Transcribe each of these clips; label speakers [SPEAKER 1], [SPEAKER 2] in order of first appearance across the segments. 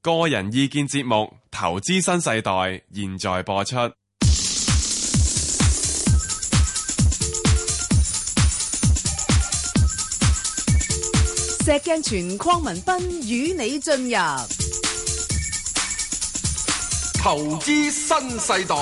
[SPEAKER 1] 個人意見節目《投資新世代》，現在播出。
[SPEAKER 2] 石鏡泉鄺民彬與你進入
[SPEAKER 3] 投資新世代。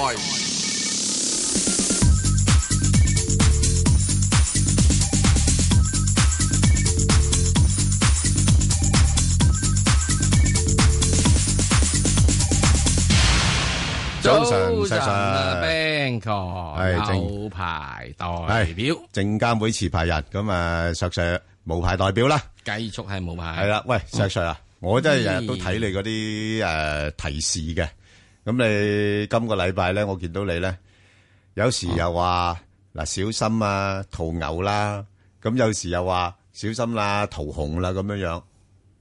[SPEAKER 4] 早晨
[SPEAKER 5] 早晨啊
[SPEAKER 4] 石
[SPEAKER 5] Bang 哥，
[SPEAKER 4] 係正
[SPEAKER 5] 有排代
[SPEAKER 4] 係
[SPEAKER 5] 表
[SPEAKER 4] 證監會持牌人咁啊，石 Sir 無牌代表啦，
[SPEAKER 5] 繼續係冇牌，
[SPEAKER 4] 係啦，喂，石 Sir 啊，我真係日日都
[SPEAKER 5] 嗯
[SPEAKER 4] 睇你嗰啲誒提示嘅，咁你今個禮拜咧，我見到你咧，有時又話嗱小心啊，屠牛啦，咁有時又話小心啦，屠熊啦咁樣樣。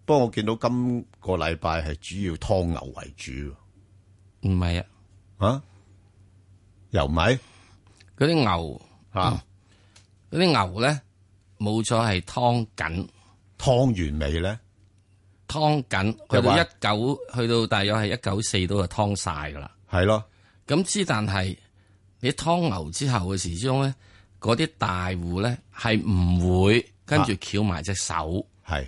[SPEAKER 4] 不過我見到今個禮拜係主要劏牛為主喎，
[SPEAKER 5] 唔係啊，
[SPEAKER 4] 啊，又唔係
[SPEAKER 5] 嗰啲牛，
[SPEAKER 4] 嚇
[SPEAKER 5] 嗰啲牛咧，冇錯係劏緊，
[SPEAKER 4] 劏完未咧？
[SPEAKER 5] 劏緊，去
[SPEAKER 4] 又話
[SPEAKER 5] 到一九，去到大約係一九四都係劏晒噶啦。
[SPEAKER 4] 係咯，
[SPEAKER 5] 咁之但係你劏牛之後嘅時鐘咧，嗰啲大戶咧係唔會跟住翹埋隻手，
[SPEAKER 4] 係，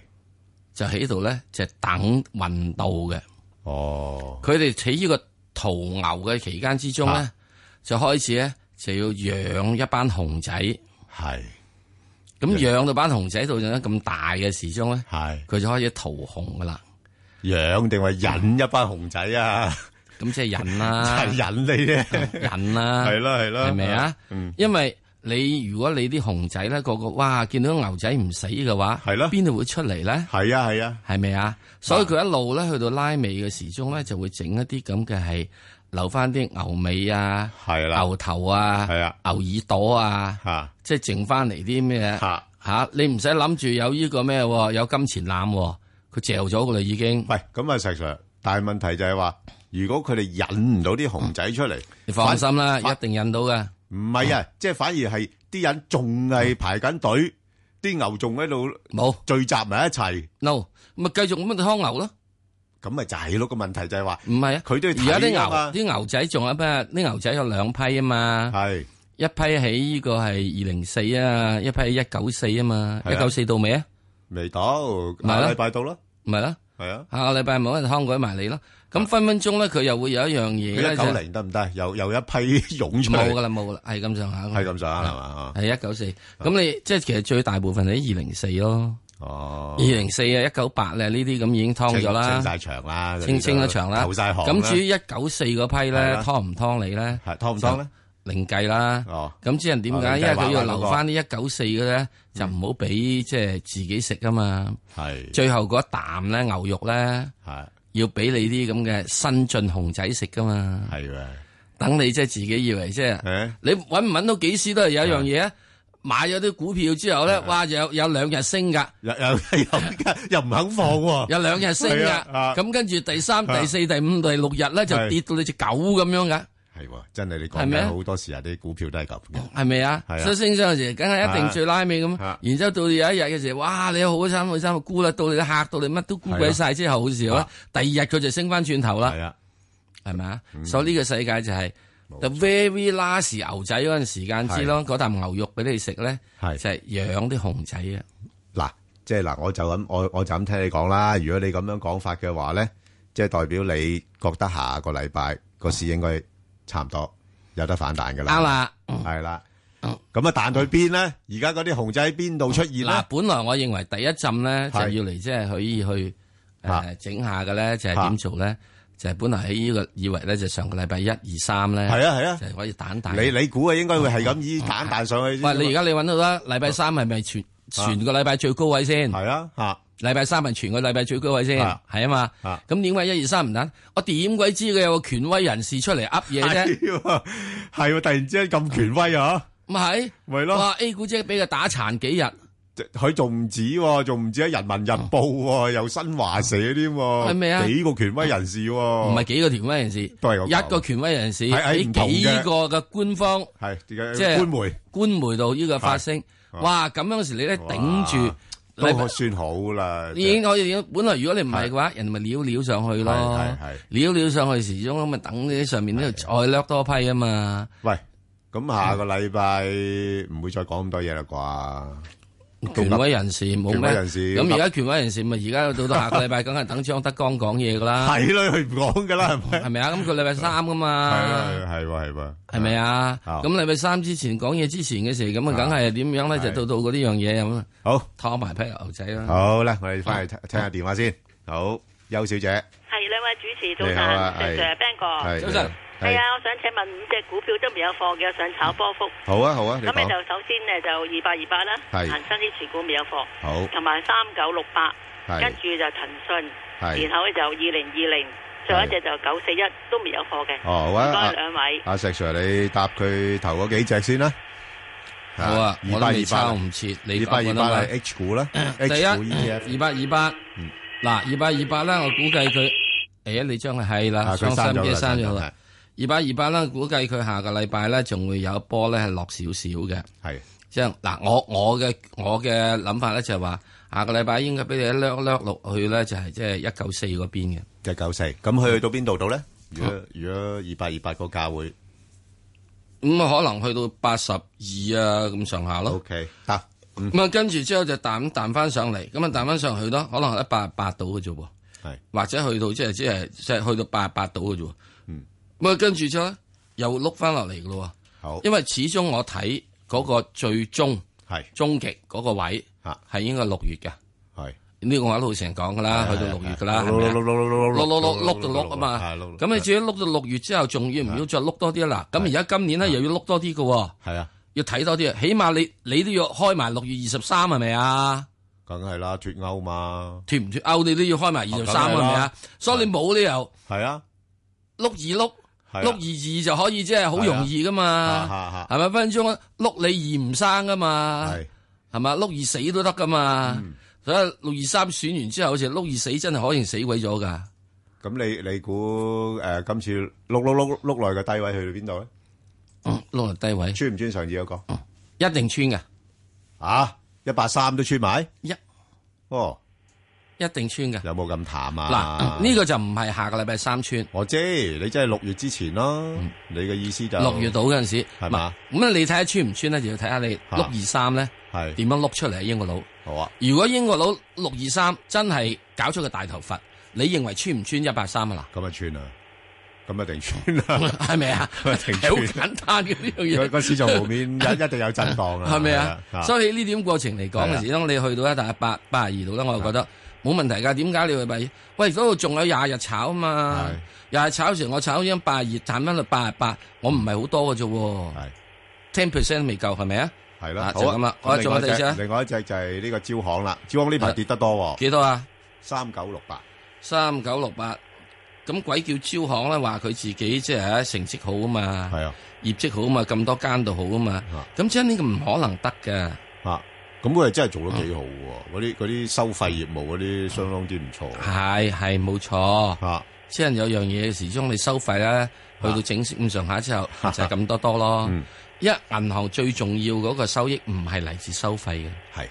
[SPEAKER 5] 就喺度咧就等運到嘅。
[SPEAKER 4] 哦，
[SPEAKER 5] 佢哋喺呢個屠牛嘅期間之中咧
[SPEAKER 4] 啊，
[SPEAKER 5] 就開始咧就要養一班熊仔。
[SPEAKER 4] 係。
[SPEAKER 5] 咁養到班熊仔到咗咁大嘅時鐘咧，
[SPEAKER 4] 係
[SPEAKER 5] 佢就開始屠熊噶啦。
[SPEAKER 4] 養定係引一班熊仔啊？
[SPEAKER 5] 咁即係忍啦，
[SPEAKER 4] 係引你啫，
[SPEAKER 5] 忍啦，
[SPEAKER 4] 係啦係啦，
[SPEAKER 5] 啊係咪啊？
[SPEAKER 4] 嗯，
[SPEAKER 5] 因為你如果你啲熊仔咧，個個哇見到牛仔唔死嘅話，
[SPEAKER 4] 係咯
[SPEAKER 5] 邊度會出嚟咧？
[SPEAKER 4] 係啊係啊，
[SPEAKER 5] 係咪啊？所以佢一路咧去到拉尾嘅時鐘咧，就會整一啲咁嘅係留翻啲牛尾啊、
[SPEAKER 4] 係啦，
[SPEAKER 5] 牛頭啊、
[SPEAKER 4] 係啊
[SPEAKER 5] 牛耳朵啊，
[SPEAKER 4] 吓
[SPEAKER 5] 即係剩翻嚟啲咩
[SPEAKER 4] 吓，
[SPEAKER 5] 吓？你唔使諗住有呢個咩喎，有金錢攬喎，佢嚼咗噶啦已經。
[SPEAKER 4] 喂，咁啊石 Sir，但係問題就係話，如果佢哋引唔到啲熊仔出嚟，
[SPEAKER 5] 你放心啦，
[SPEAKER 4] 反
[SPEAKER 5] 一定引到嘅。
[SPEAKER 4] 唔係
[SPEAKER 5] 嗯
[SPEAKER 4] 啊，即係反而係啲人仲係排緊隊，啲牛仲喺度
[SPEAKER 5] 冇
[SPEAKER 4] 聚集埋一齊，
[SPEAKER 5] no，咪繼續咁樣劏牛咯。
[SPEAKER 4] 咁咪就係咯個問題就係話，
[SPEAKER 5] 唔係啊，
[SPEAKER 4] 佢都要
[SPEAKER 5] 而家啲
[SPEAKER 4] 睇啊
[SPEAKER 5] 牛
[SPEAKER 4] 嘛
[SPEAKER 5] 啲牛仔仲有咩？啲牛仔有兩批啊嘛，
[SPEAKER 4] 係
[SPEAKER 5] 一批喺呢個係二零四啊，一批喺一九四啊嘛，
[SPEAKER 4] 係
[SPEAKER 5] 一
[SPEAKER 4] 啊
[SPEAKER 5] 九四到未啊？
[SPEAKER 4] 未到
[SPEAKER 5] 咪
[SPEAKER 4] 下
[SPEAKER 5] 咯
[SPEAKER 4] 禮拜到啦，
[SPEAKER 5] 唔係啦，
[SPEAKER 4] 係啊，
[SPEAKER 5] 下個禮拜冇人劏鬼埋你咯。咁分分鐘咧，佢又會有一樣嘢
[SPEAKER 4] 佢
[SPEAKER 5] 咧，
[SPEAKER 4] 一
[SPEAKER 5] 就
[SPEAKER 4] 九零得唔得？又又一批湧出
[SPEAKER 5] 冇啊
[SPEAKER 4] 嚟，
[SPEAKER 5] 噶啦，冇噶啦，係咁上下。
[SPEAKER 4] 係咁上下係嘛？啊
[SPEAKER 5] 係一九四。咁你即係其實最大部分喺二零四咯，
[SPEAKER 4] 哦
[SPEAKER 5] 二。零四啊，一九八咧呢啲咁已經劏咗啦
[SPEAKER 4] 清。晒場啦，
[SPEAKER 5] 清清咗場啦，
[SPEAKER 4] 投晒行啦。
[SPEAKER 5] 咁至於一九四嗰批
[SPEAKER 4] 係
[SPEAKER 5] 咧，
[SPEAKER 4] 啦
[SPEAKER 5] 劏唔劏你咧？
[SPEAKER 4] 係劏唔劏咧？
[SPEAKER 5] 另計啦。
[SPEAKER 4] 哦，
[SPEAKER 5] 咁之人點
[SPEAKER 4] 啊
[SPEAKER 5] 解？
[SPEAKER 4] 另
[SPEAKER 5] 因
[SPEAKER 4] 計
[SPEAKER 5] 為佢要
[SPEAKER 4] 玩玩嗰
[SPEAKER 5] 留
[SPEAKER 4] 個
[SPEAKER 5] 翻啲一九四嘅咧，就唔好俾即係自己食啊嘛。
[SPEAKER 4] 係
[SPEAKER 5] 最後嗰一啖咧，牛肉咧
[SPEAKER 4] 係
[SPEAKER 5] 要俾你啲咁嘅新進熊仔食噶嘛。
[SPEAKER 4] 係嘅，
[SPEAKER 5] 等你即係自己以為即係
[SPEAKER 4] 誒
[SPEAKER 5] 你揾唔揾到幾時都係有一樣嘢啊！買咗啲股票之後咧，哇！有有兩日升㗎，
[SPEAKER 4] 又又又又唔肯放 喎，
[SPEAKER 5] 有兩日升
[SPEAKER 4] 係
[SPEAKER 5] 㗎。
[SPEAKER 4] 啊啊
[SPEAKER 5] 咁跟住第三、
[SPEAKER 4] 啊
[SPEAKER 5] 第四、第五、第六日咧，就
[SPEAKER 4] 係
[SPEAKER 5] 跌到你只狗咁樣㗎。
[SPEAKER 4] 係喎，真係你
[SPEAKER 5] 係
[SPEAKER 4] 講
[SPEAKER 5] 咩
[SPEAKER 4] 緊好多時啊，啲股票都係咁嘅，
[SPEAKER 5] 系咪啊
[SPEAKER 4] 係？啊
[SPEAKER 5] 所以升上去時，梗係一定最拉尾咁
[SPEAKER 4] 係啊。
[SPEAKER 5] 然之後到有一日嘅時候，哇！你好心好心沽啦，到你嚇到你乜都沽鬼晒之後嘅時候咧
[SPEAKER 4] 啊，
[SPEAKER 5] 第二日佢就升翻轉頭啦
[SPEAKER 4] 係，啊，
[SPEAKER 5] 係咪啊？所以呢個世界就係 the very last 牛仔嗰陣時間之咯，嗰啖牛肉俾你食咧，就
[SPEAKER 4] 係
[SPEAKER 5] 係養啲熊仔啊。
[SPEAKER 4] 嗱，即係嗱，我就咁，我我就咁聽你講啦。如果你咁樣講法嘅話咧，即係代表你覺得下個禮拜個市應該差唔多有得反彈㗎啦，
[SPEAKER 5] 啱，啦，嗯
[SPEAKER 4] 係啦。咁啊，彈去邊咧？而家嗰啲熊仔喺邊度出現
[SPEAKER 5] 嗱
[SPEAKER 4] 咧，？
[SPEAKER 5] 本來我認為第一浸咧就
[SPEAKER 4] 係
[SPEAKER 5] 要嚟即係可以去
[SPEAKER 4] 啊
[SPEAKER 5] 誒整下嘅咧，就係
[SPEAKER 4] 啊
[SPEAKER 5] 點做咧？就係本來喺呢個以為咧，就上個禮拜一二三咧，
[SPEAKER 4] 係啊係啊
[SPEAKER 5] 就。係可以蛋蛋。
[SPEAKER 4] 你你估啊，應該會係咁依彈彈上去。
[SPEAKER 5] 喂，你而家你揾到啦，禮拜三係咪全全個禮拜最高位先？
[SPEAKER 4] 係啊嚇
[SPEAKER 5] 禮拜三係全個禮拜最高位先，
[SPEAKER 4] 啊
[SPEAKER 5] 係啊嘛
[SPEAKER 4] 啊。
[SPEAKER 5] 咁點解一二三唔得？我點鬼知佢有個權威人士出嚟噏嘢啫？
[SPEAKER 4] 係喎 係喎，突然之間咁權威啊！
[SPEAKER 5] 咪係
[SPEAKER 4] 咪咯
[SPEAKER 5] 哇！A 股姐俾佢打殘幾日，
[SPEAKER 4] 佢仲唔止喎，仲唔止喺《人民日報》喎，又新華社添喎，
[SPEAKER 5] 係咪啊
[SPEAKER 4] 幾個權威人士喎，
[SPEAKER 5] 唔係幾個權威人士，
[SPEAKER 4] 都係嗰嚿
[SPEAKER 5] 一個權威人士
[SPEAKER 4] 哦係係
[SPEAKER 5] 喺
[SPEAKER 4] 唔同
[SPEAKER 5] 幾
[SPEAKER 4] 嘅
[SPEAKER 5] 個嘅官方
[SPEAKER 4] 係
[SPEAKER 5] 即係
[SPEAKER 4] 官媒
[SPEAKER 5] 官媒度呢個發聲。哇！咁樣時你咧頂住
[SPEAKER 4] 哇。啊都
[SPEAKER 5] 禮拜
[SPEAKER 4] 算好啦。
[SPEAKER 5] 已經可以，本來如果你唔係嘅話，人哋咪撩撩上去咯，
[SPEAKER 4] 係係係
[SPEAKER 5] 撩撩上去時鐘咁咪等你喺上面呢度再掠多批啊嘛，
[SPEAKER 4] 喂，咁下個禮拜唔會再講咁多嘢啦啩？
[SPEAKER 5] 權威人士冇
[SPEAKER 4] 權
[SPEAKER 5] 咩
[SPEAKER 4] 威人士
[SPEAKER 5] 咁而家權威人士咪而家到到下個禮拜，梗係等張德江講嘢噶啦，
[SPEAKER 4] 係啦，佢唔講㗎啦，係咪？
[SPEAKER 5] 係咪啊？咁佢禮拜三噶嘛，
[SPEAKER 4] 係啦，係喎，係喎。
[SPEAKER 5] 係咪啊？
[SPEAKER 4] 啊
[SPEAKER 5] 咁禮拜三之前講嘢之前嘅時，咁啊，梗係點樣咧？就
[SPEAKER 4] 係
[SPEAKER 5] 到到嗰啲樣嘢咁啊，拖埋批牛仔啦。
[SPEAKER 4] 好，好啦，我哋返去聽下電話先。好，邱小姐，你好啊，
[SPEAKER 6] 系兩位主持早
[SPEAKER 4] 啊係。
[SPEAKER 6] 晨，石 Sir Ben 哥，
[SPEAKER 4] 係，
[SPEAKER 5] 早晨。
[SPEAKER 4] 係。
[SPEAKER 6] 係啊，我想請問五隻股票都未有貨嘅，我想炒波幅。
[SPEAKER 4] 好啊，好啊，你
[SPEAKER 6] 咁你
[SPEAKER 4] 講。
[SPEAKER 6] 就首先咧就二百二百啦，
[SPEAKER 4] 係
[SPEAKER 6] 恒生啲持股未有貨，
[SPEAKER 4] 好，
[SPEAKER 6] 同埋三九六八，
[SPEAKER 4] 係
[SPEAKER 6] 跟住就騰訊，
[SPEAKER 4] 係
[SPEAKER 6] 然後咧就二零二零，最後一隻就九四一都未有貨嘅。
[SPEAKER 4] 哦，好啊，
[SPEAKER 6] 唔
[SPEAKER 4] 啊，
[SPEAKER 6] 該兩位，
[SPEAKER 4] 阿石Sir，你答佢頭嗰幾隻先啦。
[SPEAKER 5] 好啊，我都未
[SPEAKER 4] 2828
[SPEAKER 5] 抄唔切，你答我啦
[SPEAKER 4] 2828
[SPEAKER 5] 嘛
[SPEAKER 4] 係 H 股啦，
[SPEAKER 5] 第一嗯
[SPEAKER 4] H 嗯股 ETF
[SPEAKER 5] 二八二八，嗱二八二八啦，我估計佢，誒你將佢係啦，
[SPEAKER 4] 啊，佢
[SPEAKER 5] 雙心
[SPEAKER 4] 刪咗
[SPEAKER 5] 機
[SPEAKER 4] 啦，
[SPEAKER 5] 刪咗
[SPEAKER 4] 刪咗，
[SPEAKER 5] 啦。二八二八啦，估計佢下個禮拜咧仲會有一波咧係落少少嘅，
[SPEAKER 4] 係，係。
[SPEAKER 5] 即係嗱我我嘅我嘅諗法咧就係話下個禮拜應該俾你一掠掠落去咧就係即係一九四嗰邊嘅，
[SPEAKER 4] 隻九四，咁佢去到邊度到咧？如果如果二百二百個價會
[SPEAKER 5] 咁啊可能去到八十二啊咁上下咯，
[SPEAKER 4] ，OK 得，嗯
[SPEAKER 5] 咁啊跟住之後就彈彈翻上嚟，咁啊彈翻上去咯，可能一百八度嘅啫喎。
[SPEAKER 4] 係
[SPEAKER 5] 或者去到即係即係即係去到八十八度嘅啫喎。咁啊跟住之後咧又碌翻落嚟嘅咯
[SPEAKER 4] 好
[SPEAKER 5] 喎，因為始終我睇嗰個最終
[SPEAKER 4] 係
[SPEAKER 5] 終極嗰個位
[SPEAKER 4] 啊
[SPEAKER 5] 係應該六月嘅，
[SPEAKER 4] 係
[SPEAKER 5] 呢個我一路成日講嘅啦，去到六月嘅啦，係
[SPEAKER 4] 碌
[SPEAKER 5] 咪
[SPEAKER 4] 碌
[SPEAKER 5] 啊
[SPEAKER 4] 碌碌碌
[SPEAKER 5] 碌碌碌碌到碌啊嘛，咁你至於碌到六月之後，仲要唔要再碌多啲啦？咁而家今年咧又要碌多啲嘅喎，
[SPEAKER 4] 係啊，
[SPEAKER 5] 要睇多啲，起碼你你都要開埋六月二十三係咪啊？
[SPEAKER 4] 梗係啦，脱歐嘛，
[SPEAKER 5] 脱唔脱歐你都要開埋二十三係
[SPEAKER 4] 哦梗係啦
[SPEAKER 5] 咪啊？所以你冇理由
[SPEAKER 4] 係啊，
[SPEAKER 5] 碌二碌。
[SPEAKER 4] 係啊
[SPEAKER 5] 碌二二就可以，即係好容易噶
[SPEAKER 4] 啊
[SPEAKER 5] 嘛，
[SPEAKER 4] 啊啊
[SPEAKER 5] 係咪？分分鐘碌你二唔生噶嘛，
[SPEAKER 4] 係嗯
[SPEAKER 5] 係咪？碌二死都得噶嘛，所以六二三選完之後，好似碌二死真係可能死鬼咗噶。
[SPEAKER 4] 咁你你估誒今次碌碌碌碌落嚟嘅低位去到邊度咧？
[SPEAKER 5] 嗯碌落低位
[SPEAKER 4] 穿唔穿上次嗰個
[SPEAKER 5] 嗯一定穿噶，
[SPEAKER 4] 啊？一百三都穿埋，
[SPEAKER 5] 一
[SPEAKER 4] 哦，
[SPEAKER 5] 一定穿噶。
[SPEAKER 4] 有冇咁淡啊？
[SPEAKER 5] 嗱，呢個就唔係下個禮拜三穿，
[SPEAKER 4] 我知，你真係六月之前咯，你嘅意思就
[SPEAKER 5] 六月到嗰陣時，
[SPEAKER 4] 係嘛
[SPEAKER 5] 唔係咁你睇下穿唔穿咧，就要睇下你
[SPEAKER 4] 啊
[SPEAKER 5] 碌二三咧
[SPEAKER 4] 係
[SPEAKER 5] 點樣碌出嚟啊英國佬。
[SPEAKER 4] 好啊，
[SPEAKER 5] 如果英國佬六二三真係搞出個大頭佛，你認為穿唔穿一百三啊嗱？
[SPEAKER 4] 咁啊穿啊，咁啊定穿啦。
[SPEAKER 5] 系咪啊？
[SPEAKER 4] 喂
[SPEAKER 5] 係
[SPEAKER 4] 停
[SPEAKER 5] 好
[SPEAKER 4] 住
[SPEAKER 5] 簡單嘅呢樣
[SPEAKER 4] 個
[SPEAKER 5] 嘢，
[SPEAKER 4] 個市場盤面一一定有震盪 啊，
[SPEAKER 5] 係咪啊？
[SPEAKER 4] 以
[SPEAKER 5] 所以呢點過程嚟講
[SPEAKER 4] 係啊
[SPEAKER 5] 嘅時，當你去到一大八八廿二度咧，我就覺得冇問題㗎。點解你會咪？喂，嗰度仲有廿日炒啊嘛
[SPEAKER 4] 係？
[SPEAKER 5] 廿日炒時我炒咗八廿二，賺翻到八廿八，我唔係好多嘅啫喎
[SPEAKER 4] 係
[SPEAKER 5] ，ten percent 未夠係咪啊？
[SPEAKER 4] 係啦，
[SPEAKER 5] 啊
[SPEAKER 4] 好
[SPEAKER 5] 就
[SPEAKER 4] 啊
[SPEAKER 5] 咁啦我
[SPEAKER 4] 另
[SPEAKER 5] 仲有
[SPEAKER 4] 外一
[SPEAKER 5] 第二隻
[SPEAKER 4] 隻
[SPEAKER 5] 啊啊
[SPEAKER 4] 另外一隻就係呢個招行啦，招行呢排跌得多喎，
[SPEAKER 5] 幾多啊？
[SPEAKER 4] 三九六八
[SPEAKER 5] 三九六八，咁鬼叫招行咧話佢自己即係成績好啊嘛，
[SPEAKER 4] 係啊
[SPEAKER 5] 業績好啊嘛，咁多間度好啊嘛
[SPEAKER 4] 啊，
[SPEAKER 5] 咁真係呢個唔可能得㗎。
[SPEAKER 4] 啊，咁佢哋真係做得幾
[SPEAKER 5] 啊
[SPEAKER 4] 好喎，嗰啲嗰啲收費業務嗰啲相當之唔錯
[SPEAKER 5] 係係冇錯，
[SPEAKER 4] 啊，
[SPEAKER 5] 即係有樣嘢始終你收費咧，去到整咁上下之後就係咁多多咯
[SPEAKER 4] 啊嗯。
[SPEAKER 5] 因為銀行最重要嗰個收益唔係嚟自收費嘅，
[SPEAKER 4] 係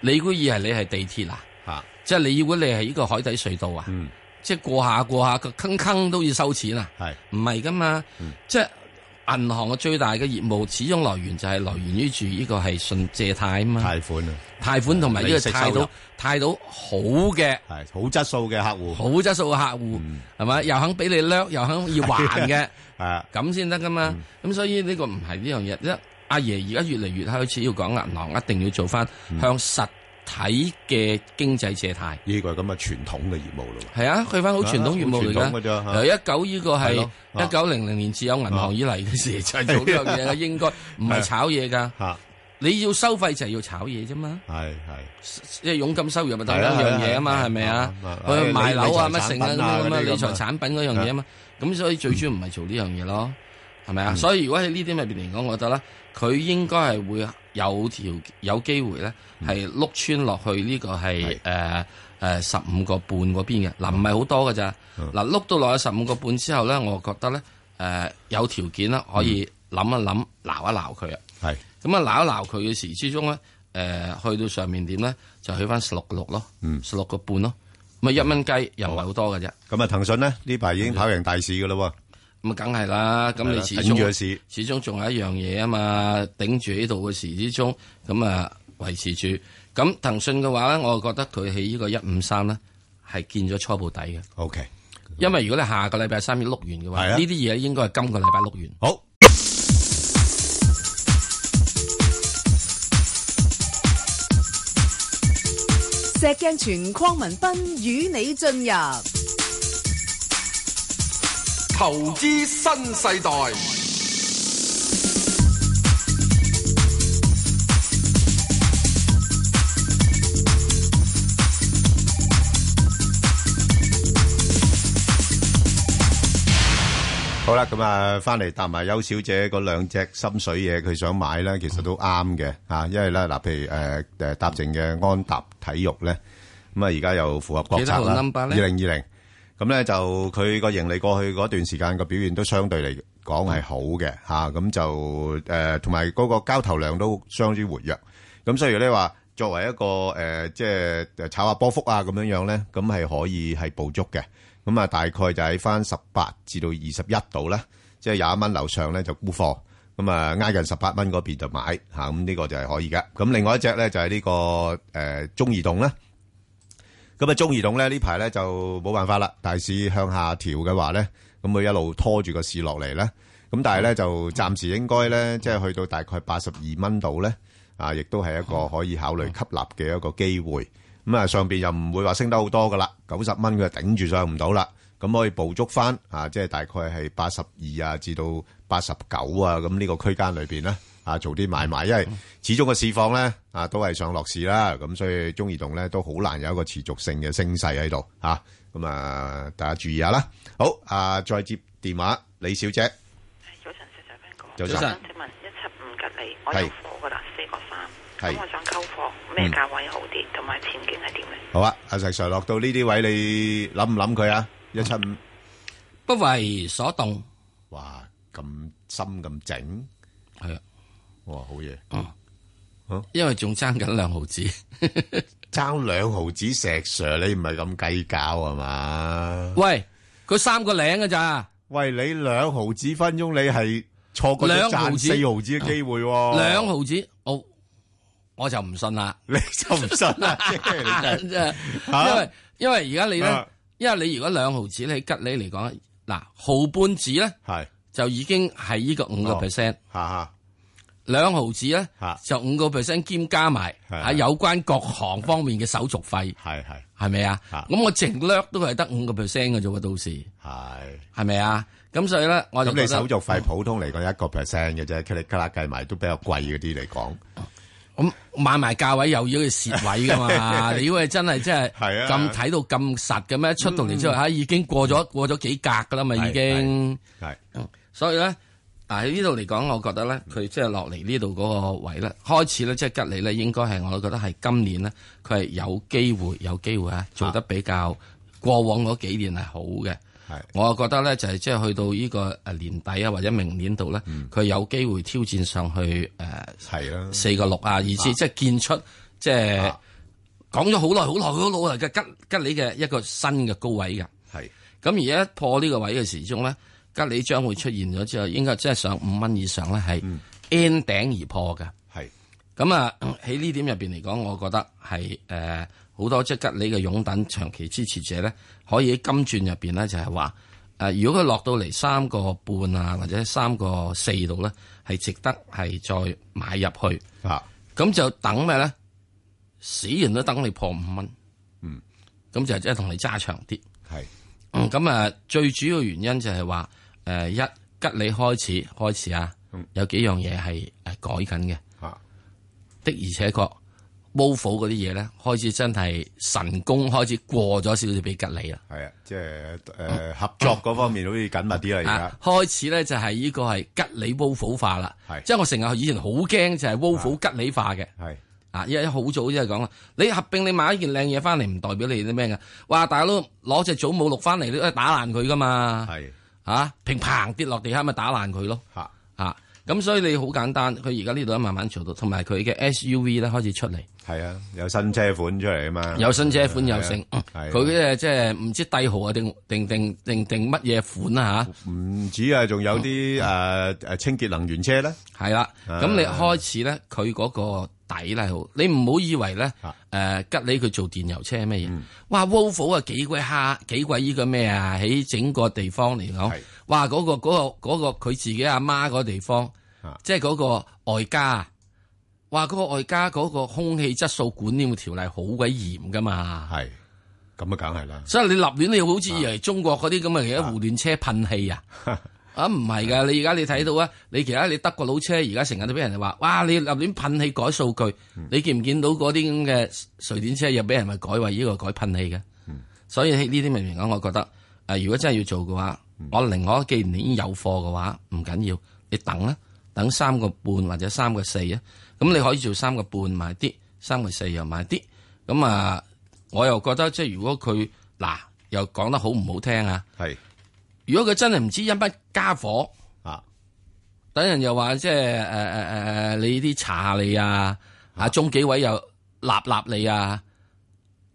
[SPEAKER 5] 你估以係你係地鐵啊？
[SPEAKER 4] 嚇
[SPEAKER 5] 即係你以為你係呢個海底隧道啊？
[SPEAKER 4] 嗯
[SPEAKER 5] 即係過下過下個坑坑都要收錢啊？
[SPEAKER 4] 係
[SPEAKER 5] 唔係噶嘛？
[SPEAKER 4] 嗯
[SPEAKER 5] 即係銀行嘅最大嘅業務始終來源就係來源於住呢個係信借貸啊嘛，
[SPEAKER 4] 貸款啊，
[SPEAKER 5] 貸款同埋呢個
[SPEAKER 4] 利息收
[SPEAKER 5] 貸
[SPEAKER 4] 入
[SPEAKER 5] 到貸到好嘅。
[SPEAKER 4] 係好質素嘅客戶
[SPEAKER 5] 啊好質素嘅客戶，係咪、又肯俾你掠，又肯要還嘅，
[SPEAKER 4] 啊，
[SPEAKER 5] 咁先得噶嘛。咁、所以呢個唔係呢樣嘢，即係阿爺而家越嚟越開始要講銀行一定要做翻向實體嘅經濟借貸。
[SPEAKER 4] 呢個係咁嘅傳統嘅業務咯喎，
[SPEAKER 5] 係啊，去翻好傳統業務
[SPEAKER 4] 啊好傳統
[SPEAKER 5] 嚟
[SPEAKER 4] 㗎咋
[SPEAKER 5] 噶。由一九呢個
[SPEAKER 4] 係
[SPEAKER 5] 係
[SPEAKER 4] 咯啊
[SPEAKER 5] 一九零零年自有銀行以嚟嘅時，就係做呢樣嘢嘅，應該唔係炒嘢噶。
[SPEAKER 4] 嚇
[SPEAKER 5] 你要收費就係要炒嘢啫嘛，
[SPEAKER 4] 啊係係。
[SPEAKER 5] 即係佣金收入咪等
[SPEAKER 4] 係
[SPEAKER 5] 一
[SPEAKER 4] 啊
[SPEAKER 5] 樣
[SPEAKER 4] 係
[SPEAKER 5] 嘢
[SPEAKER 4] 啊
[SPEAKER 5] 啊
[SPEAKER 4] 係啊
[SPEAKER 5] 嘛，係咪啊
[SPEAKER 4] 啱啊？
[SPEAKER 5] 去
[SPEAKER 4] 啊
[SPEAKER 5] 賣樓啊
[SPEAKER 4] 理
[SPEAKER 5] 乜
[SPEAKER 4] 財
[SPEAKER 5] 成
[SPEAKER 4] 產
[SPEAKER 5] 啊
[SPEAKER 4] 品啊
[SPEAKER 5] 咁樣
[SPEAKER 4] 嗰啲
[SPEAKER 5] 理
[SPEAKER 4] 咁啊
[SPEAKER 5] 財產品嗰樣嘢啊嘛，咁所以最主要唔係做呢樣嘢咯，係咪啊？
[SPEAKER 4] 嗯
[SPEAKER 5] 所以如果喺呢啲入邊嚟講，我覺得咧，佢應該係會有條有機會咧，
[SPEAKER 4] 嗯
[SPEAKER 5] 係碌穿落去呢個係誒誒十五個半嗰邊嘅，
[SPEAKER 4] 嗯
[SPEAKER 5] 嗱唔係好多㗎咋，嗱碌到落去十五個半之後咧，我覺得咧誒有條件啦，可以諗一諗，鬧一鬧佢啊。
[SPEAKER 4] 係
[SPEAKER 5] 咁啊鬧一鬧佢嘅時之中咧，诶去到上面點咧，就去翻十六個六咯，
[SPEAKER 4] 嗯
[SPEAKER 5] 十六個半咯，咪一蚊雞又唔係好多嘅啫。
[SPEAKER 4] 咁啊，騰訊呢，呢排已經跑贏大市㗎喇喎。
[SPEAKER 5] 咁啊，梗係啦，嗯咁你
[SPEAKER 4] 係啦，
[SPEAKER 5] 始
[SPEAKER 4] 頂
[SPEAKER 5] 終
[SPEAKER 4] 住個市。
[SPEAKER 5] 始終仲有一樣嘢啊嘛，頂住喺度嘅時之中，咁啊維持住。咁騰訊嘅話咧，我覺得佢喺呢個一五三咧係見咗初步底嘅，因為如果你下個禮拜三要碌完嘅話，
[SPEAKER 4] 嗯係啊
[SPEAKER 5] 呢啲嘢應該係今個禮拜碌完。
[SPEAKER 4] OK，好。好，
[SPEAKER 2] 石镜全框文斌与你进入
[SPEAKER 3] 投資新世代，
[SPEAKER 4] 好啦，咁啊，返嚟答埋邱小姐嗰兩隻心水嘢，佢想買呢，其實都啱嘅，啊，因為呢，嗱，譬如，誒，誒，搭成嘅安踏體育呢，咁啊，而家又符合國策啦，
[SPEAKER 5] 幾多號number呢？
[SPEAKER 4] 2020咁呢，就佢個盈利過去嗰段時間個表現都相對嚟講係好嘅，嚇，咁就，誒，同埋嗰個交投量都相當之活躍。咁所以呢，話作為一個，誒，即係，誒，炒下波幅啊，咁樣樣呢，咁係可以係捕捉嘅。咁啊，大概就喺返18至到二十一度啦，即係廿蚊樓上咧就沽貨，咁啊挨近十八蚊嗰邊就買嚇，咁、呢個就係可以嘅。咁另外一隻咧就係、呢、個誒、呃中移動啦。咁啊中移動咧呢排咧就冇辦法啦，大市向下調嘅話咧，咁佢一路拖住個市落嚟咧。咁但係咧就暫時應該咧，即係去到大概八十二蚊度咧，啊，亦都係一個可以考慮吸納嘅一個機會。咁啊，上邊又唔會話升得好多噶啦，九十蚊佢就頂住上唔到啦，咁可以捕捉翻啊，即係大概係八十二啊至到八十九啊，咁呢個區間裏邊咧啊，做啲買賣，因為始終個市況咧啊都係上落市啦，咁所以中移動咧都好難有一個持續性嘅升勢喺度嚇，咁啊大家注意下啦。好啊，再接電話，李小姐，
[SPEAKER 6] 早晨，石 Sir
[SPEAKER 4] 早
[SPEAKER 5] 晨早晨
[SPEAKER 6] 請問一七五吉利，我
[SPEAKER 4] 係
[SPEAKER 6] 有貨噶啦，四個三，
[SPEAKER 4] 係嗯
[SPEAKER 6] 咁我想溝貨，咩價位好啲，同埋前景係點咧？
[SPEAKER 4] 好啊，阿石 Sir 落到呢啲位，你諗唔諗佢啊？一七五，
[SPEAKER 5] 不為所動，
[SPEAKER 4] 哇，咁深咁整，
[SPEAKER 5] 係啊，嗯
[SPEAKER 4] 哇，好嘢！哦
[SPEAKER 5] 因為仲爭緊兩毫子，
[SPEAKER 4] 争两毫子石 Sir，你唔系咁
[SPEAKER 5] 啊
[SPEAKER 4] 计较系嘛？
[SPEAKER 5] 喂，佢三個零嘅咋，
[SPEAKER 4] 喂，你兩毫子分鐘你係錯過咗
[SPEAKER 5] 兩毫
[SPEAKER 4] 賺
[SPEAKER 5] 子
[SPEAKER 4] 四毫子嘅機會喎，
[SPEAKER 5] 兩毫子，我我就唔信啦。
[SPEAKER 4] 你就唔信 啦，即係你 真係
[SPEAKER 5] 真 係
[SPEAKER 4] 嚇
[SPEAKER 5] 因為因為而家你
[SPEAKER 4] 啊
[SPEAKER 5] 咧，因為你如果兩毫子你吉你嚟講，嗱毫半子咧
[SPEAKER 4] 係
[SPEAKER 5] 就已經係呢個五個
[SPEAKER 4] 哦
[SPEAKER 5] percent，
[SPEAKER 4] 嚇嚇
[SPEAKER 5] 兩毫子咧
[SPEAKER 4] 嚇
[SPEAKER 5] 就五個 percent 兼加埋
[SPEAKER 4] 係
[SPEAKER 5] 喺有關各行方面嘅手續費，
[SPEAKER 4] 係係
[SPEAKER 5] 係咪啊？
[SPEAKER 4] 嚇
[SPEAKER 5] 咁我淨略都係得五個 percent 嘅啫喎，到時
[SPEAKER 4] 係。
[SPEAKER 5] 係咪啊？咁所以咧，我就
[SPEAKER 4] 咁你
[SPEAKER 5] 覺
[SPEAKER 4] 手
[SPEAKER 5] 得
[SPEAKER 4] 續費普通嚟講一個 percent 嘅啫，咔啦計埋都比較貴嗰啲嚟講，
[SPEAKER 5] 咁買埋價位又要去蝕位噶 嘛？你以為真係真係
[SPEAKER 4] 係啊嗯
[SPEAKER 5] 咁睇到咁實嘅咩？出到嚟之後啊嚇已經過咗過咗幾格噶啦嘛，
[SPEAKER 4] 係
[SPEAKER 5] 已經。
[SPEAKER 4] 係嗯
[SPEAKER 5] 所以咧，但喺呢度嚟講，我覺得咧，佢即係落嚟呢度嗰個位咧，開始咧，即係吉利咧，應該係我覺得係今年咧，佢係有機會，有機會啊，做得比較過往嗰幾年係好嘅。
[SPEAKER 4] 係
[SPEAKER 5] 我覺得咧就係即係去到呢個誒年底啊，或者明年度咧，
[SPEAKER 4] 嗯
[SPEAKER 5] 佢有機會挑戰上去呃誒
[SPEAKER 4] 係啦，
[SPEAKER 5] 四個六啊，意思即係建出即係
[SPEAKER 4] 啊
[SPEAKER 5] 講咗好耐、好耐、好耐嘅吉吉利嘅一個新嘅高位㗎。
[SPEAKER 4] 係
[SPEAKER 5] 咁而家破呢個位嘅時鐘咧，吉利將會出現咗之後，應該即係上五蚊以上咧，係 N 頂而破嘅。
[SPEAKER 4] 係
[SPEAKER 5] 咁啊，喺呢點入邊嚟講，我覺得係誒好多即係吉利嘅擁趸長期支持者咧，可以喺金轉入邊咧就係話誒，如果佢落到嚟三個半啊，或者三個四度咧，係值得係再買入去。
[SPEAKER 4] 啊
[SPEAKER 5] 咁就等咩咧？死人都等你破五蚊。
[SPEAKER 4] 嗯，
[SPEAKER 5] 咁就即係同你揸長啲。
[SPEAKER 4] 係
[SPEAKER 5] 嗯咁啊，最主要原因就係話，誒、一吉利開始開始啊，
[SPEAKER 4] 嗯
[SPEAKER 5] 有幾樣嘢係誒改緊嘅，
[SPEAKER 4] 啊
[SPEAKER 5] 的而且確 v o v o 嗰啲嘢咧，開始真係神功開始過咗少少俾吉利啦，
[SPEAKER 4] 係啊，即係 誒合作嗰方面好似緊密啲啦，
[SPEAKER 5] 啊，開始咧就係呢個係吉利 v o v o 化啦
[SPEAKER 4] 係，
[SPEAKER 5] 即係我成日以前好驚就係 v o v o 吉利化嘅。
[SPEAKER 4] 而家係
[SPEAKER 5] 啊！因為好早即係講啦，你合併你買一件靚嘢翻嚟，唔代表你啲咩嘅。哇！大佬攞只祖母綠翻嚟，你都係打爛佢噶嘛？
[SPEAKER 4] 係
[SPEAKER 5] 啊，平砰跌落地下咪打爛佢咯。
[SPEAKER 4] 嚇
[SPEAKER 5] 啊，咁所以你好簡單，佢而家呢度都慢慢做到，同埋佢嘅 SUV 咧開始出嚟，
[SPEAKER 4] 係啊，有新車款出嚟啊嘛，
[SPEAKER 5] 有新車款有剩，
[SPEAKER 4] 係
[SPEAKER 5] 嗯
[SPEAKER 4] 啊係啊
[SPEAKER 5] 佢嘅即係唔知帝豪啊定定定定定乜嘢款啦吓。
[SPEAKER 4] 唔止啊，仲有啲诶诶清潔能源車咧，
[SPEAKER 5] 係啦，
[SPEAKER 4] 啊
[SPEAKER 5] 咁你開始咧，佢嗰個底咧好，你唔好以為咧，誒、
[SPEAKER 4] 啊嗯
[SPEAKER 5] 吉利佢做電油車係咩嘢？哇，Wolf 啊幾鬼蝦，幾鬼依個咩啊？喺整個地方嚟講
[SPEAKER 4] 係，
[SPEAKER 5] 哇嗰、個嗰、個嗰、個佢自己阿媽嗰地方，
[SPEAKER 4] 啊
[SPEAKER 5] 即係嗰個外家啊，哇嗰、個外家嗰個空氣質素管理條例好鬼嚴噶嘛，
[SPEAKER 4] 係咁啊，梗係啦，
[SPEAKER 5] 所以你立亂你好似以為中國嗰啲咁嘅而家胡亂車噴氣啊！啊，唔係噶，你而家你睇到啊，你其他你德國佬車而家成日都俾人哋話，哇，你立亂噴氣改數據，你見唔見到嗰啲咁嘅瑞典車又俾人咪改為呢個改噴氣嘅？所以呢啲明明講，我覺得誒、呃如果真係要做嘅話，我寧可既然你已經有貨嘅話，唔緊要，你等啦，等三個半或者三個四啊，咁你可以做三個半買啲，三個四又買啲，咁啊，我又覺得即係如果佢嗱又講得好唔好聽啊？
[SPEAKER 4] 係
[SPEAKER 5] 如果佢真係唔知因乜家伙。
[SPEAKER 4] 啊，
[SPEAKER 5] 等人又話即係誒誒誒，你啲查你啊，啊中紀委又立立你啊。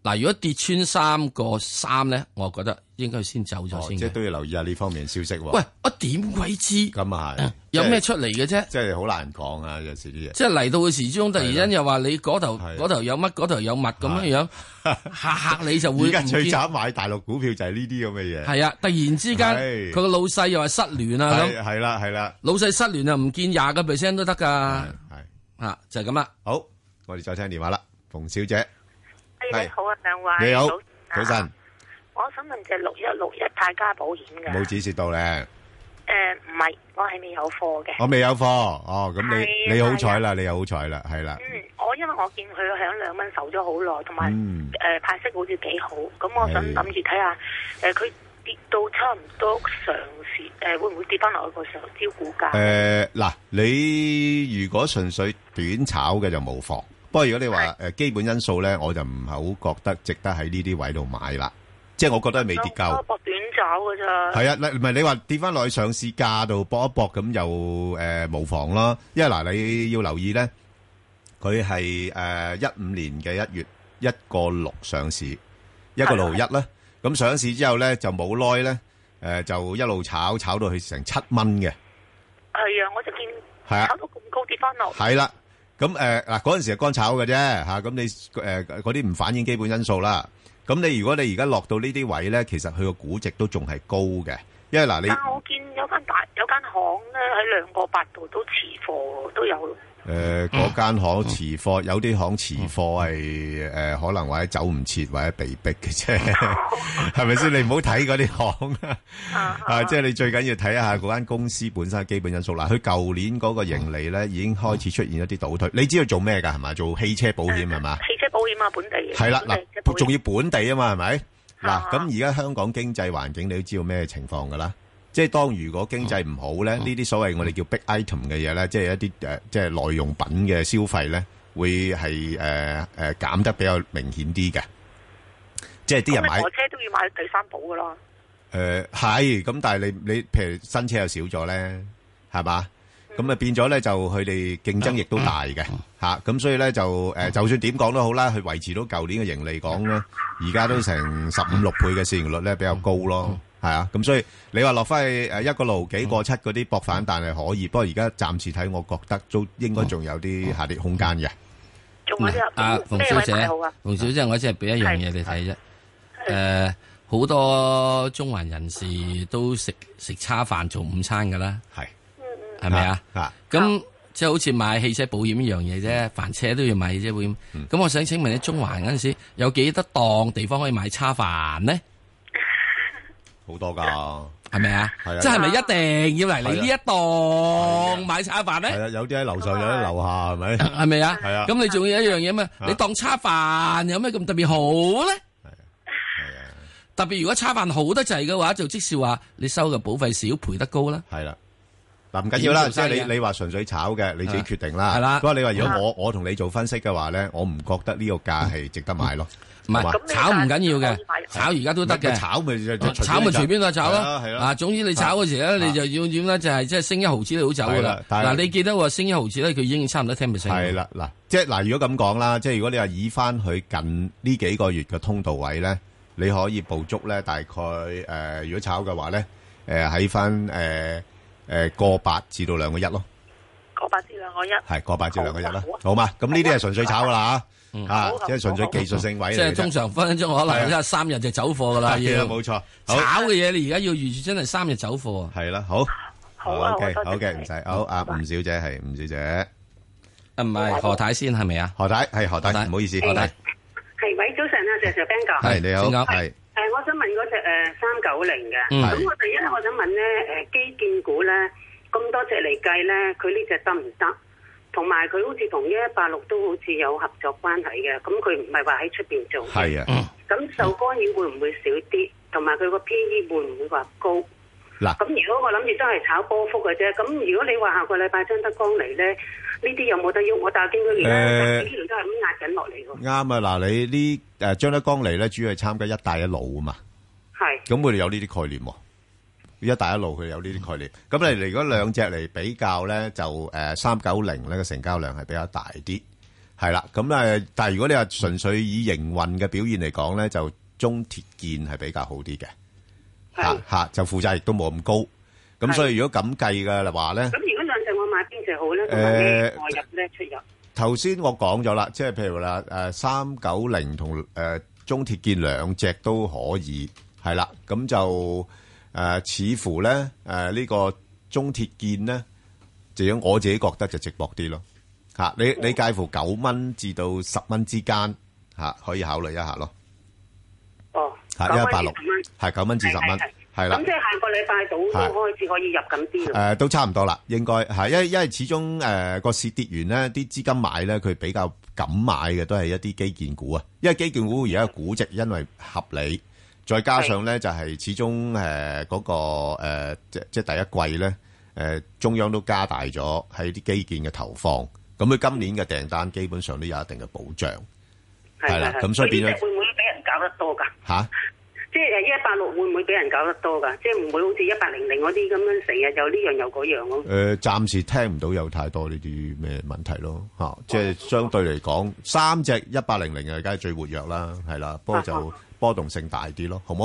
[SPEAKER 5] 嗱，如果跌穿三個三咧，我覺得應該先走
[SPEAKER 4] 哦
[SPEAKER 5] 咗
[SPEAKER 4] 即
[SPEAKER 5] 先
[SPEAKER 4] 係
[SPEAKER 5] 嘅。
[SPEAKER 4] 都要留意下呢方面嘅消息喎。
[SPEAKER 5] 喂，我點鬼知
[SPEAKER 4] 咁啊係，
[SPEAKER 5] 有
[SPEAKER 4] 即係
[SPEAKER 5] 咩出嚟嘅啫？
[SPEAKER 4] 即係好難講啊，有時啲嘢。
[SPEAKER 5] 即係嚟到嘅時鐘，突然間又話你嗰頭
[SPEAKER 4] 係
[SPEAKER 5] 嗰頭有乜，嗰頭有物咁樣樣，嚇嚇你就會
[SPEAKER 4] 而
[SPEAKER 5] 唔
[SPEAKER 4] 家最
[SPEAKER 5] 見。
[SPEAKER 4] 慘買大陸股票就係呢啲咁嘅嘢。
[SPEAKER 5] 係啊，突然之間
[SPEAKER 4] 係
[SPEAKER 5] 佢個老細又話失聯啊
[SPEAKER 4] 係
[SPEAKER 5] 咁，
[SPEAKER 4] 係啦係啦，
[SPEAKER 5] 老細失聯啊唔見廿個 percent 都得㗎
[SPEAKER 4] 係，係
[SPEAKER 5] 啊就係咁啦。
[SPEAKER 4] 好，我哋再聽電話啦，馮小姐，係
[SPEAKER 6] 你好啊，兩位。
[SPEAKER 4] 你好，早
[SPEAKER 6] 晨啊
[SPEAKER 4] 晨，
[SPEAKER 6] 我想問就六一六一泰家保險嘅。
[SPEAKER 4] 冇指示到咧，
[SPEAKER 6] 誒呃唔係，我係未有貨嘅。
[SPEAKER 4] 我未有貨，哦，咁
[SPEAKER 6] 係
[SPEAKER 4] 你
[SPEAKER 6] 啊
[SPEAKER 4] 你好彩啦，你好彩啦，係啦，
[SPEAKER 6] 嗯，我因為我見佢響兩蚊守咗好耐，同埋
[SPEAKER 4] 嗯
[SPEAKER 6] 誒派息好似幾好，咁我想
[SPEAKER 4] 係
[SPEAKER 6] 諗住睇下誒佢跌到差唔多上市誒、會唔會跌翻落去個上招股價？
[SPEAKER 4] 誒嗱，你如果純粹短炒嘅就冇貨，不過如果你話誒基本因素咧，我就唔係好覺得值得喺呢啲位度買啦，即係我覺得未跌夠
[SPEAKER 6] 我。搏短炒㗎咋。
[SPEAKER 4] 係啊，嗱唔係你話跌翻落去上市價度搏一搏咁又诶無妨啦，因為嗱你要留意咧，佢係诶一五年嘅一月一個六上市，一個六一啦。咁上市之後咧就冇耐咧，诶、就一路炒炒到去成七蚊嘅，
[SPEAKER 6] 係啊，我就見
[SPEAKER 4] 係啊
[SPEAKER 6] 炒。到咁高跌翻落。
[SPEAKER 4] 係啦，咁诶嗱嗰阵时系乾炒嘅啫吓，咁、你诶嗰啲唔反映基本因素啦。咁你如果你而家落到呢啲位咧，其實佢個估值都仲係高嘅，因為嗱你。
[SPEAKER 6] 但我見有間大有間行咧喺兩個八度都持貨喎，都有。
[SPEAKER 4] 诶，嗰間行持貨，有啲行持貨係诶，可能或者走唔切，或者被逼 嘅啫，係咪先？你唔好睇嗰啲行
[SPEAKER 6] 啊
[SPEAKER 4] 啊，即係你最緊要睇下嗰間公司本身嘅基本因素啦。佢舊年嗰個盈利咧已經開始出現一啲倒退。你知道做咩㗎？係嘛？做汽車保險係嘛？
[SPEAKER 6] 汽車保險啊，本地嘅
[SPEAKER 4] 係啦，
[SPEAKER 6] 本地汽車保
[SPEAKER 4] 嗱，
[SPEAKER 6] 險
[SPEAKER 4] 仲要本地啊嘛，係咪？嗱，
[SPEAKER 6] 啊
[SPEAKER 4] 咁而家香港經濟環境你都知道咩情況㗎啦。即係當如果經濟唔好咧，呢啲所謂我哋叫 big item 嘅嘢咧，即係一啲誒、呃即係耐用品嘅消費咧，會係誒誒減得比較明顯啲嘅。即係啲人
[SPEAKER 6] 咁
[SPEAKER 4] 買
[SPEAKER 6] 你台車都要買第三保㗎啦。
[SPEAKER 4] 誒係，咁但係你你譬如新車又少咗咧，係嘛？咁啊變咗咧就佢哋競爭亦都大嘅嚇，咁、所以咧就誒、就算點講都好啦，佢維持到舊年嘅盈利講咧，而家都成十五六倍嘅市盈率咧比較高咯，係啊，咁所以你話落翻去誒一個路幾個七嗰啲博反彈係可以，不過而家暫時睇，我覺得都應該仲有啲下跌空間嘅。
[SPEAKER 6] 仲有啲
[SPEAKER 5] 啊，
[SPEAKER 6] 咩
[SPEAKER 5] 馮小
[SPEAKER 6] 位買
[SPEAKER 5] 姐
[SPEAKER 6] 好啊？，
[SPEAKER 5] 馮小姐，我只係俾一樣嘢你睇啫。誒，好多中環人士都食食叉飯做午餐噶啦，
[SPEAKER 4] 係
[SPEAKER 5] 係咪啊？
[SPEAKER 4] 啊
[SPEAKER 5] 咁即係好似買汽車保險一樣嘢啫，凡車都要買汽車保險。
[SPEAKER 4] 嗯
[SPEAKER 5] 咁我想請問你，中環嗰陣時有幾多檔地方可以買叉飯呢？
[SPEAKER 4] 好多㗎。
[SPEAKER 5] 係咪啊
[SPEAKER 4] 係啊？
[SPEAKER 5] 即係咪一定要嚟你呢一檔買叉飯呢？
[SPEAKER 4] 係啊，有啲喺樓上，有啲喺樓下，係咪？
[SPEAKER 5] 係咪啊？
[SPEAKER 4] 係啊
[SPEAKER 5] 咁你仲有一樣嘢咩？
[SPEAKER 4] 啊
[SPEAKER 5] 你當叉飯有咩咁特別好咧？
[SPEAKER 4] 係啊，
[SPEAKER 5] 特別如果差飯好得滯嘅話，就即是話你收嘅保費少，賠得高啦。
[SPEAKER 4] 係啦。嗱，唔緊要啦，
[SPEAKER 5] 點
[SPEAKER 4] 即
[SPEAKER 5] 條
[SPEAKER 4] 係
[SPEAKER 5] 西嘅
[SPEAKER 4] 你你話純粹炒嘅，你自己決定啦。
[SPEAKER 7] 係啦
[SPEAKER 4] 不過你話如果我我同你做分析嘅話咧，我唔覺得呢個價係值得買咯。
[SPEAKER 5] 唔
[SPEAKER 4] 好嘛
[SPEAKER 5] 係
[SPEAKER 6] 咁你
[SPEAKER 5] 炒唔緊要
[SPEAKER 6] 但係可以
[SPEAKER 5] 嘅，
[SPEAKER 6] 買入
[SPEAKER 5] 炒而家都得
[SPEAKER 4] 咪
[SPEAKER 5] 嘅。
[SPEAKER 4] 炒咪就就
[SPEAKER 5] 炒咪隨便就炒啦
[SPEAKER 4] 係，啦
[SPEAKER 5] 啊，總之你炒嗰時咧，你就要點咧，就係即係升一毫子你好走噶
[SPEAKER 4] 係
[SPEAKER 5] 啦
[SPEAKER 4] 啦。但係
[SPEAKER 5] 嗱，你記得話升一毫子咧，佢已經差唔多 ten p
[SPEAKER 4] 係啦，嗱，即係嗱，如果咁講啦，即係如果你話以翻佢近呢幾個月嘅通道位咧，你可以捕捉咧，大概誒、呃如果炒嘅話咧，誒喺翻誒誒個八至到兩個一咯，
[SPEAKER 6] 嗰八至兩個一，
[SPEAKER 4] 係個八至兩個一啦
[SPEAKER 6] 好啊，
[SPEAKER 4] 好嘛？咁呢啲係純粹炒噶啦嚇，
[SPEAKER 5] 嗯
[SPEAKER 4] 啊
[SPEAKER 6] 好啊
[SPEAKER 4] 即係純粹技術性位
[SPEAKER 5] 即
[SPEAKER 4] 嚟
[SPEAKER 5] 係
[SPEAKER 4] 嘅
[SPEAKER 5] 通常分分鐘可能
[SPEAKER 4] 係
[SPEAKER 5] 即係三日就走貨噶啦，
[SPEAKER 4] 係啦，
[SPEAKER 5] 要
[SPEAKER 4] 冇錯，好
[SPEAKER 5] 炒嘅嘢，你而家要預住真係三日走貨啊！
[SPEAKER 4] 係啦，好，
[SPEAKER 6] 好啊好
[SPEAKER 4] OK，
[SPEAKER 6] 多謝
[SPEAKER 4] 好嘅，
[SPEAKER 6] 你
[SPEAKER 4] 唔使，好啊，吳小姐係吳小姐，
[SPEAKER 5] 啊，唔係何太先係咪啊？
[SPEAKER 4] 何太係何
[SPEAKER 5] 何太
[SPEAKER 4] 太，唔好意思，
[SPEAKER 5] 何太
[SPEAKER 6] 係喂，早晨啊，石 Sir Ben 哥
[SPEAKER 4] 係你好，
[SPEAKER 5] 請講
[SPEAKER 4] 係
[SPEAKER 6] 誒，呃我想問嗰只誒三九零嘅，
[SPEAKER 5] 嗯
[SPEAKER 6] 咁我第一我想問咧誒呃基建股咧，咁多隻嚟計咧，佢呢只得唔得？同埋佢好似同一一八六都好似有合作關係嘅，咁佢唔係話喺出邊做，
[SPEAKER 4] 係啊，
[SPEAKER 6] 咁受干擾會唔會少啲？同埋佢個 P E 會唔會話高？
[SPEAKER 4] 嗱。
[SPEAKER 6] 咁如果我諗住都係炒波幅嘅啫，咁如果你話下個禮拜張德江嚟咧，呢啲有冇得喐？我但係見佢而
[SPEAKER 4] 誒
[SPEAKER 6] 家呢條都係咁壓緊落嚟喎，
[SPEAKER 4] 啱啊！嗱，你呢誒張德江嚟咧，主要係參加一帶一路啊嘛，
[SPEAKER 6] 係
[SPEAKER 4] 咁佢哋有呢啲概念喎。一帶一路佢有呢啲概念，咁你如果兩隻嚟比較咧，就誒三九零咧個成交量係比較大啲，係啦。咁誒，但係如果你話純粹以營運嘅表現嚟講咧，就中鐵建係比較好啲嘅，嚇
[SPEAKER 6] 係。
[SPEAKER 4] 嚇就負債亦都冇咁高。咁所以如果咁計嘅話咧，
[SPEAKER 6] 咁如果兩隻我買邊隻好咧？同埋咩
[SPEAKER 4] 誒
[SPEAKER 6] 外入咧出入？
[SPEAKER 4] 頭先我講咗啦，即係譬如啦，誒三九零同誒中鐵建兩隻都可以，係啦，咁就誒、呃似乎咧誒呢個中鐵建咧，就樣我自己覺得就直薄啲咯，嚇、你你介乎九蚊至到十蚊之間嚇、可以考慮一下咯，
[SPEAKER 6] 哦，
[SPEAKER 4] 嚇
[SPEAKER 6] 九
[SPEAKER 4] 一
[SPEAKER 6] 蚊
[SPEAKER 4] 八六
[SPEAKER 6] 至十蚊
[SPEAKER 4] 係九蚊至十蚊，係啦
[SPEAKER 6] 咁。即係下個禮拜到
[SPEAKER 4] 係
[SPEAKER 6] 都開始可以入緊啲
[SPEAKER 4] 誒、
[SPEAKER 6] 咯。
[SPEAKER 4] 都差唔多啦，應該係，因為因為始終誒個市跌完咧，啲資金買咧，佢比較敢買嘅都係一啲基建股啊，因為基建股而家估值因為合理，再加上咧就係始終誒嗰個誒、呃即即第一季咧誒、呃中央都加大咗喺啲基建嘅投放，咁佢今年嘅訂單基本上都有一定嘅保障係啦咁所以變咗
[SPEAKER 6] 呢隻會唔會俾人搞得多㗎？
[SPEAKER 4] 吓。
[SPEAKER 6] 即係一八六會唔會俾人搞得多㗎？即係唔會好似一八零零嗰啲咁樣成日有呢樣有嗰樣
[SPEAKER 4] 誒，
[SPEAKER 6] 咁。
[SPEAKER 4] 暫時聽唔到有太多呢啲咩問題咯，嚇、即係相對嚟講，三隻一八零零啊，梗係最活躍啦，係啦，不過就波動性大啲咯，好冇？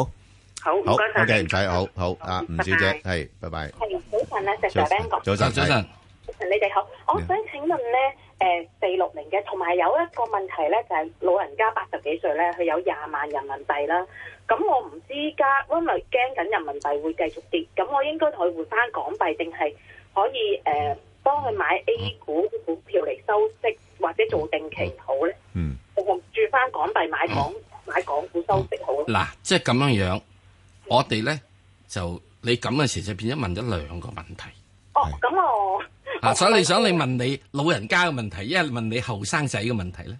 [SPEAKER 4] 好
[SPEAKER 6] 好，唔該晒。
[SPEAKER 4] ，OK，唔使，好好啊，吳小姐，係，拜拜，
[SPEAKER 8] 係早晨啊，石
[SPEAKER 4] 早
[SPEAKER 8] Sir
[SPEAKER 4] 晨
[SPEAKER 8] Ben 哥，
[SPEAKER 4] 早晨，
[SPEAKER 5] 早晨，
[SPEAKER 8] 早晨你哋好。我
[SPEAKER 4] 你好
[SPEAKER 8] 想請問咧，誒四六零嘅，同埋有一個問題咧，就係、老人家八十幾歲咧，佢有廿萬人民幣啦。咁我唔知依家因為驚緊人民幣會繼續跌，咁我應該同佢換翻港幣，定係可以誒、呃、幫佢買 A 股股票嚟收息，或者做定期好咧？
[SPEAKER 4] 嗯，
[SPEAKER 8] 我住翻港幣買港
[SPEAKER 5] 嗯
[SPEAKER 8] 買港股收息好啊咧？
[SPEAKER 5] 嗱，即係咁樣樣，我哋咧就你咁嘅時就變咗問咗兩個問題。
[SPEAKER 8] 哦，咁我
[SPEAKER 5] 啊，所以你想你問你老人家嘅問題，一係問你後生仔嘅問題 咧？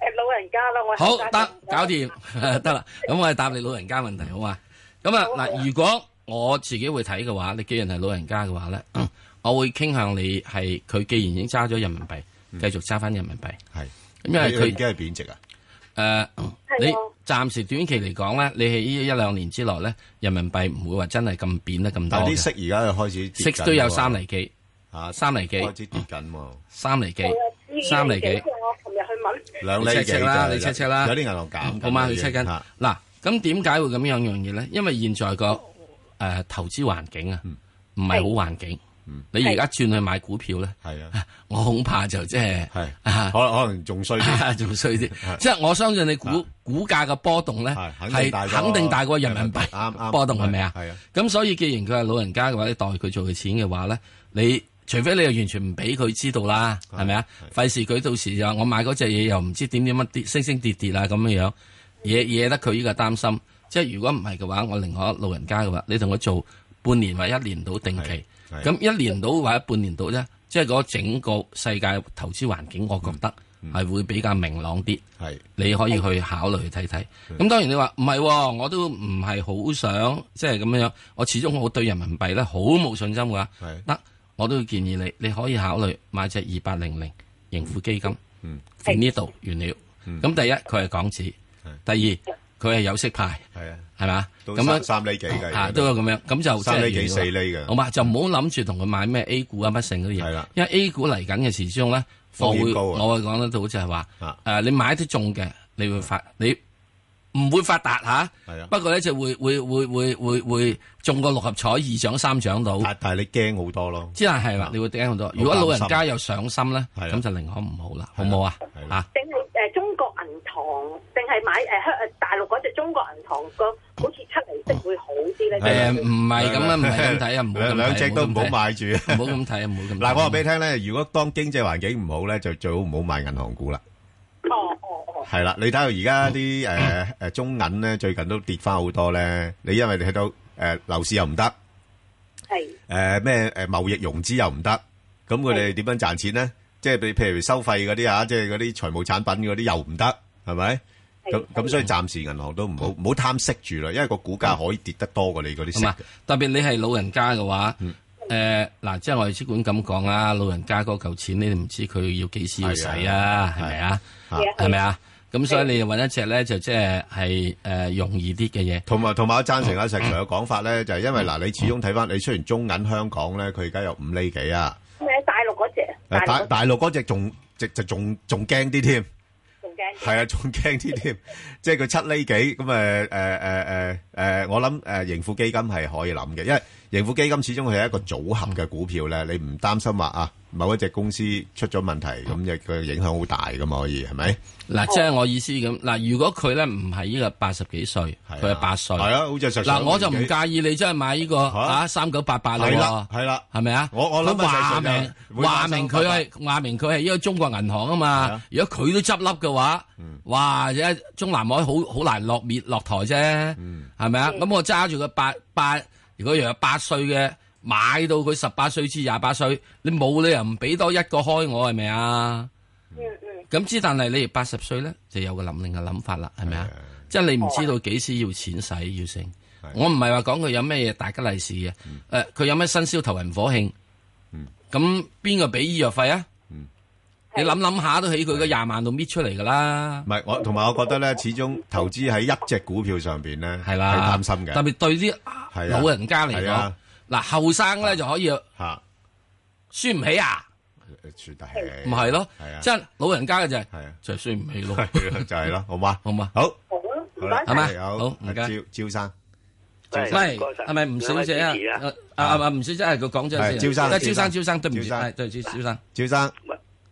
[SPEAKER 8] 誒老人家啦，我
[SPEAKER 5] 好
[SPEAKER 8] 後生
[SPEAKER 5] 得
[SPEAKER 8] 仔
[SPEAKER 5] 搞掂 得啦，咁我係答你老人家問題好嘛？咁啊嗱，如果我自己會睇嘅話，你既然係老人家嘅話咧，
[SPEAKER 4] 嗯
[SPEAKER 5] 我會傾向你係佢既然已經揸咗人民幣，繼續揸翻人民幣。
[SPEAKER 4] 係，
[SPEAKER 5] 因為佢
[SPEAKER 4] 已嗯經係貶值啊，
[SPEAKER 5] 誒、呃
[SPEAKER 8] 啊
[SPEAKER 5] 你暫時短期嚟講咧，你喺呢一兩年之內咧，人民幣唔會話真係咁貶得咁多
[SPEAKER 4] 但係
[SPEAKER 5] 嘅
[SPEAKER 4] 啲息而家就開始跌
[SPEAKER 5] 息
[SPEAKER 4] 緊
[SPEAKER 5] 都有
[SPEAKER 4] 喎
[SPEAKER 5] 三厘幾、啊
[SPEAKER 4] 嚇，
[SPEAKER 5] 三厘幾
[SPEAKER 4] 開始跌緊喎，
[SPEAKER 5] 三厘幾
[SPEAKER 8] 我又知、
[SPEAKER 5] 三厘幾。
[SPEAKER 8] 我琴日去問。
[SPEAKER 4] 兩厘幾
[SPEAKER 5] 你 check check 啦
[SPEAKER 4] 就
[SPEAKER 5] 你 check check 啦
[SPEAKER 4] 有啲銀行減緊
[SPEAKER 5] 好嘛，佢
[SPEAKER 4] 已經
[SPEAKER 5] check 緊
[SPEAKER 4] 嚇
[SPEAKER 5] 嗱，咁點解會咁樣樣嘢咧？因為現在個誒、呃投資環境啊，
[SPEAKER 4] 嗯
[SPEAKER 5] 唔係好環境。你而家轉去買股票咧，
[SPEAKER 4] 係啊，
[SPEAKER 5] 我恐怕就即係
[SPEAKER 4] 係，
[SPEAKER 5] 啊
[SPEAKER 4] 可能可能仲衰啲，
[SPEAKER 5] 仲衰 啲。即係我相信你股
[SPEAKER 4] 啊
[SPEAKER 5] 股價嘅波動咧，
[SPEAKER 4] 係肯
[SPEAKER 5] 係
[SPEAKER 4] 定大過
[SPEAKER 5] 肯定大過人民
[SPEAKER 4] 人民幣啱
[SPEAKER 5] 幣
[SPEAKER 4] 啱
[SPEAKER 5] 波動係咪啊？
[SPEAKER 4] 係啊。
[SPEAKER 5] 咁所以既然佢係老人家嘅話，你代佢做佢錢嘅話咧，你除非你又完全唔俾佢知道啦，係咪啊？費事佢到時又話我買嗰只嘢又唔知點點乜跌升升跌跌啊咁樣樣，惹惹得佢呢個擔心。即係如果唔係嘅話，我另外老人家嘅話，你同佢做半年或一年到定期，
[SPEAKER 4] 係係
[SPEAKER 5] 咁一年到或者半年到啫，即係嗰整個世界投資環境，我覺得
[SPEAKER 4] 嗯
[SPEAKER 5] 係會比較明朗啲。
[SPEAKER 4] 係
[SPEAKER 5] 你可
[SPEAKER 4] 哦
[SPEAKER 5] 以去考慮睇睇。
[SPEAKER 4] 嗯
[SPEAKER 5] 咁當然你話唔係喎，我都唔係好想即係咁樣。我始終我對人民幣咧好冇信心㗎
[SPEAKER 4] 係。
[SPEAKER 5] 得我都會建議你，你可以考慮買只二八零零盈富基金。
[SPEAKER 4] 嗯，
[SPEAKER 5] 喺呢度完了。咁第一佢係港紙，第二佢係有息派，
[SPEAKER 4] 係啊，
[SPEAKER 5] 係嘛？
[SPEAKER 4] 到
[SPEAKER 5] 咁樣
[SPEAKER 4] 三三厘幾嘅
[SPEAKER 5] 啊都有咁樣，咁就即係
[SPEAKER 4] 三厘幾
[SPEAKER 5] 完咗啦
[SPEAKER 4] 四厘嘅
[SPEAKER 5] 好嘛？就唔好諗住同佢買咩 A 股啊乜剩嗰啲嘢。
[SPEAKER 4] 係啦
[SPEAKER 5] 因為 A 股嚟緊嘅時鐘咧，我
[SPEAKER 4] 風險
[SPEAKER 5] 會
[SPEAKER 4] 高啊
[SPEAKER 5] 我會講得到就係話
[SPEAKER 4] 啊，
[SPEAKER 5] 誒你買啲中嘅，你會發你唔會發達吓
[SPEAKER 4] 係啊，
[SPEAKER 5] 不過咧就會會會會會會中個六合彩二獎三獎到。
[SPEAKER 4] 但但係你啊驚好多咯，
[SPEAKER 5] 之但係啦，你會驚好多。如果老人家有上心咧，
[SPEAKER 4] 係啊
[SPEAKER 5] 咁就寧可唔好啦，好
[SPEAKER 4] 係
[SPEAKER 5] 唔
[SPEAKER 4] 啊
[SPEAKER 5] 好啊
[SPEAKER 4] 係？
[SPEAKER 5] 嚇
[SPEAKER 4] 啊！
[SPEAKER 8] 定係誒中國銀行，定係買誒香誒大陸嗰只中國銀行個好似出嚟息會好啲
[SPEAKER 5] 誒
[SPEAKER 8] 咧？
[SPEAKER 5] 唔係咁啊，唔係咁睇啊，唔好咁睇
[SPEAKER 4] 兩兩隻都唔好
[SPEAKER 5] 睇
[SPEAKER 4] 買住。
[SPEAKER 5] 唔 好咁睇啊，唔好咁睇。
[SPEAKER 4] 嗱，我話俾你聽咧，如果當經濟環境唔好咧，就最好唔好買銀行股啦。嗯
[SPEAKER 8] 哦哦哦，
[SPEAKER 4] 係啦，你睇下而家啲誒誒中銀咧，最近都跌翻好多咧。你因為你睇到誒樓市又唔得，
[SPEAKER 8] 係
[SPEAKER 4] 誒咩誒貿易融資又唔得，咁佢哋點樣賺錢咧？即係譬譬如收費嗰啲啊，即係嗰啲財務產品嗰啲又唔得，係咪？咁咁所以暫時銀行都唔好唔好貪息住啦，因為個股價可以跌得多過你嗰啲
[SPEAKER 5] 係
[SPEAKER 4] 息
[SPEAKER 5] 嘛。？特別你係老人家嘅話，
[SPEAKER 4] 嗯
[SPEAKER 5] 誒嗱，即係我哋只管咁講啦，老人家嗰嚿錢你哋唔知佢要幾時要使啊，係咪啊？
[SPEAKER 8] 係啊
[SPEAKER 5] 係咪啊？咁所以你就揾一隻咧，就即係係誒容易啲嘅嘢。
[SPEAKER 4] 同埋嗯同埋，我贊成阿石 Sir 嘅講法咧，就係因為嗱，你始終睇翻你雖然中銀香港咧，佢而家有五厘幾啊，
[SPEAKER 8] 咩？大陸嗰只，
[SPEAKER 4] 誒
[SPEAKER 8] 陸
[SPEAKER 4] 大
[SPEAKER 8] 嗰隻
[SPEAKER 4] 大陸嗰只仲直就仲仲驚啲添，
[SPEAKER 8] 仲驚啲。
[SPEAKER 4] 係啊，仲驚啲添， 即係佢七厘幾咁誒誒誒誒誒，我諗誒盈富基金係可以諗嘅，因為盈富基金始終係一個組合嘅股票咧，你唔擔心話啊某一隻公司出咗問題，咁就佢影響好大噶嘛，可以係咪？
[SPEAKER 5] 嗱，即係我意思咁。嗱，如果佢咧唔係呢個八十幾歲，
[SPEAKER 4] 係啊
[SPEAKER 5] 佢係八歲。
[SPEAKER 4] 係啊，好似石 Sir
[SPEAKER 5] 嗱，我就
[SPEAKER 4] 咁
[SPEAKER 5] 唔
[SPEAKER 4] 年紀
[SPEAKER 5] 介意你真係買呢個啊三九八八啦
[SPEAKER 4] 係啦
[SPEAKER 5] 喎。
[SPEAKER 4] 係啦。
[SPEAKER 5] 係咪啊？
[SPEAKER 4] 我我諗
[SPEAKER 5] 佢話
[SPEAKER 4] 係
[SPEAKER 5] 明
[SPEAKER 4] 上嘅會
[SPEAKER 5] 話明佢係話明佢係一個中國銀行啊嘛
[SPEAKER 4] 啊。嗯
[SPEAKER 5] 如果佢都執笠嘅話，哇！一中南海好好難落滅落台啫，
[SPEAKER 4] 嗯
[SPEAKER 5] 係咪啊？咁我揸住個八八，如果由八歲嘅買到佢十八歲至廿八歲，你冇理由唔俾多一個開我係咪啊？
[SPEAKER 8] 嗯嗯，
[SPEAKER 5] 咁之但係你哋八十歲咧，就有個諗另嘅諗法啦，係咪啊
[SPEAKER 4] 係啊？
[SPEAKER 5] 即係你唔知道幾時要錢使要剩。我唔係話講佢有咩嘢大吉利是嘅，誒、
[SPEAKER 4] 嗯
[SPEAKER 5] 呃佢有咩新燒頭暈火慶，咁邊個俾醫藥費啊？
[SPEAKER 4] 嗯
[SPEAKER 5] 你諗諗下都起佢個廿萬度搣出嚟噶啦，
[SPEAKER 4] 唔係，我同埋我覺得咧，始終投資喺一隻股票上邊咧，
[SPEAKER 5] 係啦，
[SPEAKER 4] 係擔心
[SPEAKER 5] 特
[SPEAKER 4] 嘅，
[SPEAKER 5] 別對啲
[SPEAKER 4] 係啊
[SPEAKER 5] 老人家嚟
[SPEAKER 4] 係
[SPEAKER 5] 講
[SPEAKER 4] 啊，
[SPEAKER 5] 嗱後生咧就可以啊
[SPEAKER 4] 嚇，
[SPEAKER 5] 輸唔起啊，
[SPEAKER 4] 算係，
[SPEAKER 5] 唔係咯
[SPEAKER 4] 係啊，，
[SPEAKER 5] 即係老人家嘅就係
[SPEAKER 4] 係啊
[SPEAKER 5] 就係輸唔起咯，
[SPEAKER 4] 係 咯就係咯，好嘛，
[SPEAKER 5] 好嘛？
[SPEAKER 4] 好，
[SPEAKER 8] 好啊，唔
[SPEAKER 4] 好
[SPEAKER 8] 該
[SPEAKER 4] 啦，
[SPEAKER 8] 晒
[SPEAKER 5] 係嘛
[SPEAKER 4] 好，
[SPEAKER 5] 好
[SPEAKER 4] 阿
[SPEAKER 5] 唔該
[SPEAKER 4] 招招生，
[SPEAKER 5] 喂，係咪吳小姐啊？啊啊啊！吳小姐係佢講咗
[SPEAKER 4] 係
[SPEAKER 5] 先，
[SPEAKER 4] 招生
[SPEAKER 5] 啊招生招生，對唔住，
[SPEAKER 4] 招生
[SPEAKER 5] 係對唔住招生，
[SPEAKER 4] 招生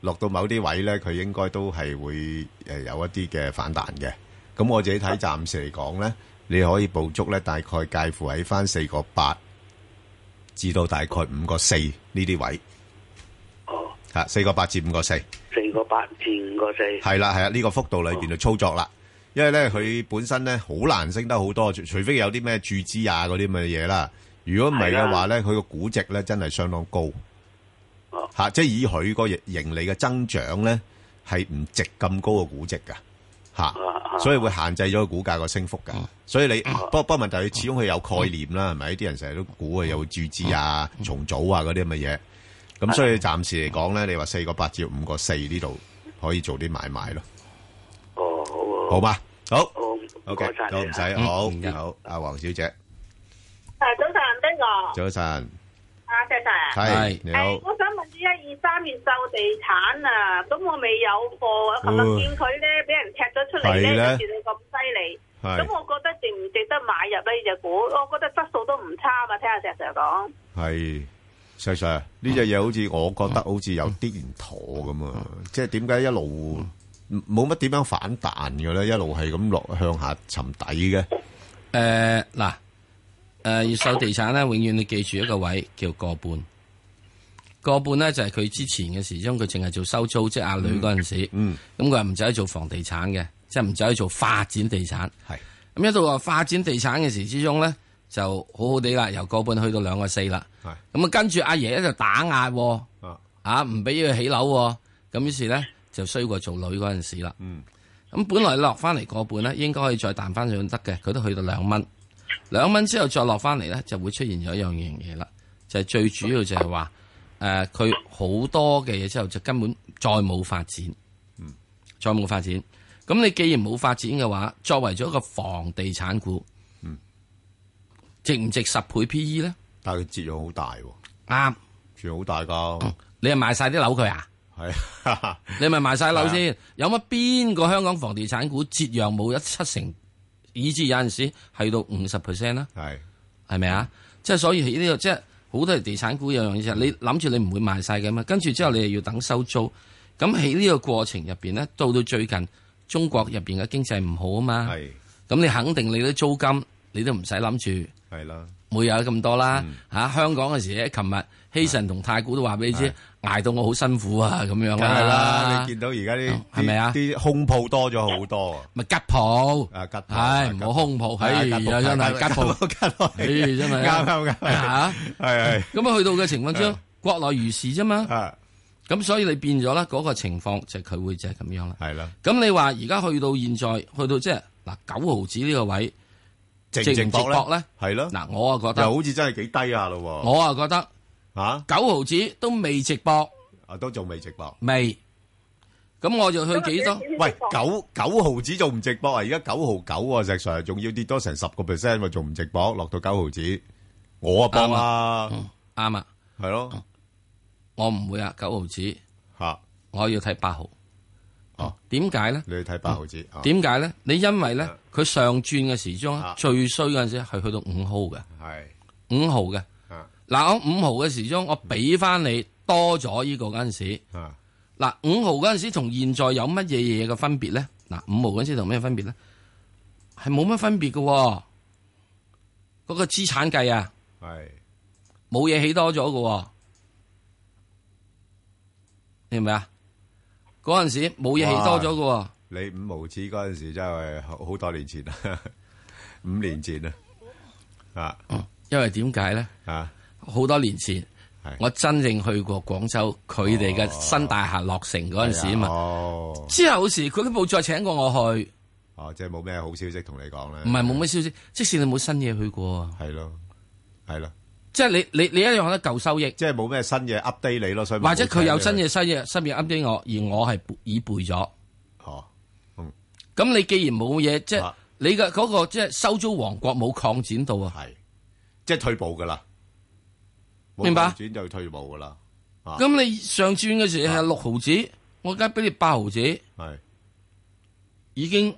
[SPEAKER 4] 落到某啲位咧，佢應該都係會誒呃有一啲嘅反彈嘅。咁我自己睇暫時嚟講咧，你可以捕捉咧，大概介乎喺翻四個八至到大概五個四呢啲位
[SPEAKER 7] 哦，
[SPEAKER 4] 嚇，四個八至五個四。
[SPEAKER 7] 四個八至五個四，
[SPEAKER 4] 系啦，系啦，呢、個幅度裏边就操作啦。因為咧，佢本身咧好難升得好多，除除非有啲咩注資啊嗰啲咁嘅嘢啦。如果唔係
[SPEAKER 7] 係
[SPEAKER 4] 嘅
[SPEAKER 7] 啦
[SPEAKER 4] 話咧，佢個估值咧真係相當高。吓、
[SPEAKER 7] 哦
[SPEAKER 4] 即係以佢個盈利嘅增長咧，係唔值咁高嘅估值噶吓，
[SPEAKER 7] 啊啊
[SPEAKER 4] 所以會限制咗個股價個升幅噶。所以你不不過問題，佢始終佢有概念啦，係咪？啲人成日都估佢有注資啊、
[SPEAKER 7] 嗯
[SPEAKER 4] 重組啊嗰啲咁嘅嘢。咁所以暫時嚟講咧，你話四個八至五個四呢度可以做啲買賣咯。
[SPEAKER 7] 哦好
[SPEAKER 4] 好
[SPEAKER 7] 啊，
[SPEAKER 4] 嘛？好
[SPEAKER 7] 好唔
[SPEAKER 4] ，OK，
[SPEAKER 7] 該晒
[SPEAKER 4] 好
[SPEAKER 7] 你
[SPEAKER 4] 唔
[SPEAKER 7] 啊
[SPEAKER 4] 使，好
[SPEAKER 5] 嗯
[SPEAKER 4] 好，阿黃小姐，
[SPEAKER 8] 誒啊早晨，邊個？
[SPEAKER 4] 早晨，
[SPEAKER 8] 阿石 Sir。
[SPEAKER 4] 係
[SPEAKER 5] 係
[SPEAKER 4] 你
[SPEAKER 8] 誒，
[SPEAKER 4] 好，
[SPEAKER 8] 我想問呢一二三越秀地產啊，咁我未有貨啊，琴日見佢咧俾人踢咗出嚟
[SPEAKER 4] 哦係
[SPEAKER 8] 咧，
[SPEAKER 4] 呢
[SPEAKER 8] 跟住你咁犀利，咁
[SPEAKER 4] 係
[SPEAKER 8] 我覺得值唔值得買入呢只股？我覺得質素都唔差嘛，聽阿石 Sir 講。
[SPEAKER 4] 係石 Sir
[SPEAKER 5] 嗯
[SPEAKER 4] 呢只嘢好似我覺得好似有啲唔妥咁啊！
[SPEAKER 5] 嗯
[SPEAKER 4] 即係點解一路冇乜點樣反彈嘅咧？一路係咁落向下沉底嘅，
[SPEAKER 5] 誒呃嗱，呃誒越秀地產咧，永遠你記住一個位叫個半，個半咧就係佢之前嘅時鐘，佢淨係做收租，即係阿女嗰陣時，
[SPEAKER 4] 嗯
[SPEAKER 5] 咁佢係唔走去做房地產嘅，即係唔走去做發展地產。
[SPEAKER 4] 係
[SPEAKER 5] 咁一到話發展地產嘅時之中咧，就好好地啦，由個半去到兩個四啦。
[SPEAKER 4] 係
[SPEAKER 5] 咁啊，跟住阿爺咧就打壓喎，
[SPEAKER 4] 啊
[SPEAKER 5] 啊唔俾佢起樓喎，咁於是咧就衰過做女嗰陣時啦。
[SPEAKER 4] 嗯，
[SPEAKER 5] 咁本來落翻嚟個半咧，應該可以再彈翻上得嘅，佢都去到兩蚊，兩蚊之後再落翻嚟咧，就會出現咗一樣嘢啦，就係、最主要就係話誒，佢、好多嘅嘢之後就根本再冇發展，嗯，再冇發展。咁你既然冇發展嘅話，作為咗一個房地產股，嗯，值唔值十倍 P E 咧？
[SPEAKER 4] 但係佢折讓好大喎，
[SPEAKER 5] 啱，
[SPEAKER 4] 折讓好大㗎，
[SPEAKER 5] 你係賣晒啲樓佢啊？
[SPEAKER 4] 係 啊
[SPEAKER 5] 你咪賣晒樓先，有乜邊個香港房地產股折讓冇一七成，以至有陣時係到五十 percent 啦，
[SPEAKER 4] 係
[SPEAKER 5] 係咪啊？即係所以喺呢度，即係好多地產股有樣嘢就係你諗住你唔會賣晒嘅嘛，跟住之後你又要等收租，咁喺呢個過程入邊咧，到到最近中國入邊嘅經濟唔好啊嘛，
[SPEAKER 4] 係
[SPEAKER 5] 咁你肯定你啲租金你都唔使諗住。
[SPEAKER 4] 係啦，
[SPEAKER 5] 每有咁多啦嚇、
[SPEAKER 4] 嗯
[SPEAKER 5] 香港嘅時咧，琴日希慎同太古都話俾你知，捱到我好辛苦啊咁樣
[SPEAKER 4] 梗
[SPEAKER 5] 啦，
[SPEAKER 4] 係啦，你見到而家啲
[SPEAKER 5] 係咪啊
[SPEAKER 4] 啲啲空鋪多咗好多啊！
[SPEAKER 5] 咪吉普，
[SPEAKER 4] 啊吉普
[SPEAKER 5] 唉，唔好空抱，唉，真係真係吉 普，唉，真係啊
[SPEAKER 4] 啱啱啱
[SPEAKER 5] 嚇。
[SPEAKER 4] 係係
[SPEAKER 5] 咁啊，去到嘅情況之中，國內如是啫嘛。
[SPEAKER 4] 啊，
[SPEAKER 5] 咁所以你變咗啦，嗰個情況就係佢會就係咁樣啦。
[SPEAKER 4] 係啦，
[SPEAKER 5] 咁你話而家去到現在，去到即係嗱九毫子呢個位，
[SPEAKER 4] 值
[SPEAKER 5] 值唔
[SPEAKER 4] 唔值
[SPEAKER 5] 值
[SPEAKER 4] 博
[SPEAKER 5] 博
[SPEAKER 4] 咧
[SPEAKER 5] 咧？
[SPEAKER 4] 係咯，
[SPEAKER 5] 嗱，我啊覺
[SPEAKER 4] 又
[SPEAKER 5] 得，
[SPEAKER 4] 好似真係幾低下咯
[SPEAKER 5] 我啊覺得
[SPEAKER 4] 喎，嚇
[SPEAKER 5] 九毫子都未直播，
[SPEAKER 4] 啊都仲未直播。
[SPEAKER 5] 未。咁我就去幾
[SPEAKER 8] 啊
[SPEAKER 5] 多？
[SPEAKER 4] 喂，九九毫子仲唔直播啊？而家九毫九喎，石 Sir 仲要跌多成十個 percent 喎，仲唔直播？落到九毫子，我啊幫啦，
[SPEAKER 5] 啱啊，
[SPEAKER 4] 係咯
[SPEAKER 5] 我唔會啊，九毫子，
[SPEAKER 4] 嚇，
[SPEAKER 5] 我要睇八毫。
[SPEAKER 4] 哦，
[SPEAKER 5] 點解咧？
[SPEAKER 4] 你去睇八毫子啊，
[SPEAKER 5] 點解咧？你因為咧，佢上轉嘅時鐘
[SPEAKER 4] 啊
[SPEAKER 5] 最衰嗰陣時係去到五號嘅，
[SPEAKER 4] 係
[SPEAKER 5] 五號嘅。
[SPEAKER 4] 啊
[SPEAKER 5] 嗱，我五號嘅時鐘，我俾翻你多咗呢個嗰陣時。
[SPEAKER 4] 啊
[SPEAKER 5] 嗱，五號嗰陣時同現在有乜嘢嘢嘅分別咧？嗱，五號嗰陣時同咩分別咧？係冇乜分別嘅喎，嗰個資產計啊，
[SPEAKER 4] 係
[SPEAKER 5] 冇嘢起多咗嘅喎，你明唔明啊？嗰陣時冇嘢起多咗嘅喎。
[SPEAKER 4] 你五毫子嗰陣時真係好好多年 前啦，五年前啦，啊
[SPEAKER 5] 因為點解咧？
[SPEAKER 4] 啊
[SPEAKER 5] 好多年前
[SPEAKER 4] 係，
[SPEAKER 5] 我真正去過廣州，佢哋嘅新大廈落成嗰
[SPEAKER 4] à.
[SPEAKER 5] 陣時啊嘛。
[SPEAKER 4] 哦
[SPEAKER 5] 之後時佢都冇再請過我去，
[SPEAKER 4] 哦，即係冇咩好消息同你講
[SPEAKER 5] 唔
[SPEAKER 4] 咧，
[SPEAKER 5] 係冇乜消息，即使你冇新嘢去過啊，
[SPEAKER 4] 係咯係咯，
[SPEAKER 5] 即係你你你一樣可得舊收益，
[SPEAKER 4] 即係冇咩新嘢 update 你咯，所以咪
[SPEAKER 5] 或者
[SPEAKER 4] 冇請
[SPEAKER 5] 佢有
[SPEAKER 4] 你
[SPEAKER 5] 新
[SPEAKER 4] 去
[SPEAKER 5] 嘢新嘢新嘢 update 我，而我係已背咗。
[SPEAKER 4] 哦
[SPEAKER 5] 咁你既然冇嘢，即係
[SPEAKER 4] 啊
[SPEAKER 5] 你嘅嗰個即係收租王國冇擴展到啊。
[SPEAKER 4] 系，即系退步噶啦，冇
[SPEAKER 5] 明白
[SPEAKER 4] 轉就退步噶啦，啊
[SPEAKER 5] 咁你上轉嘅時係
[SPEAKER 4] 啊
[SPEAKER 5] 六毫子，我而家俾你八毫子，
[SPEAKER 4] 係
[SPEAKER 5] 已經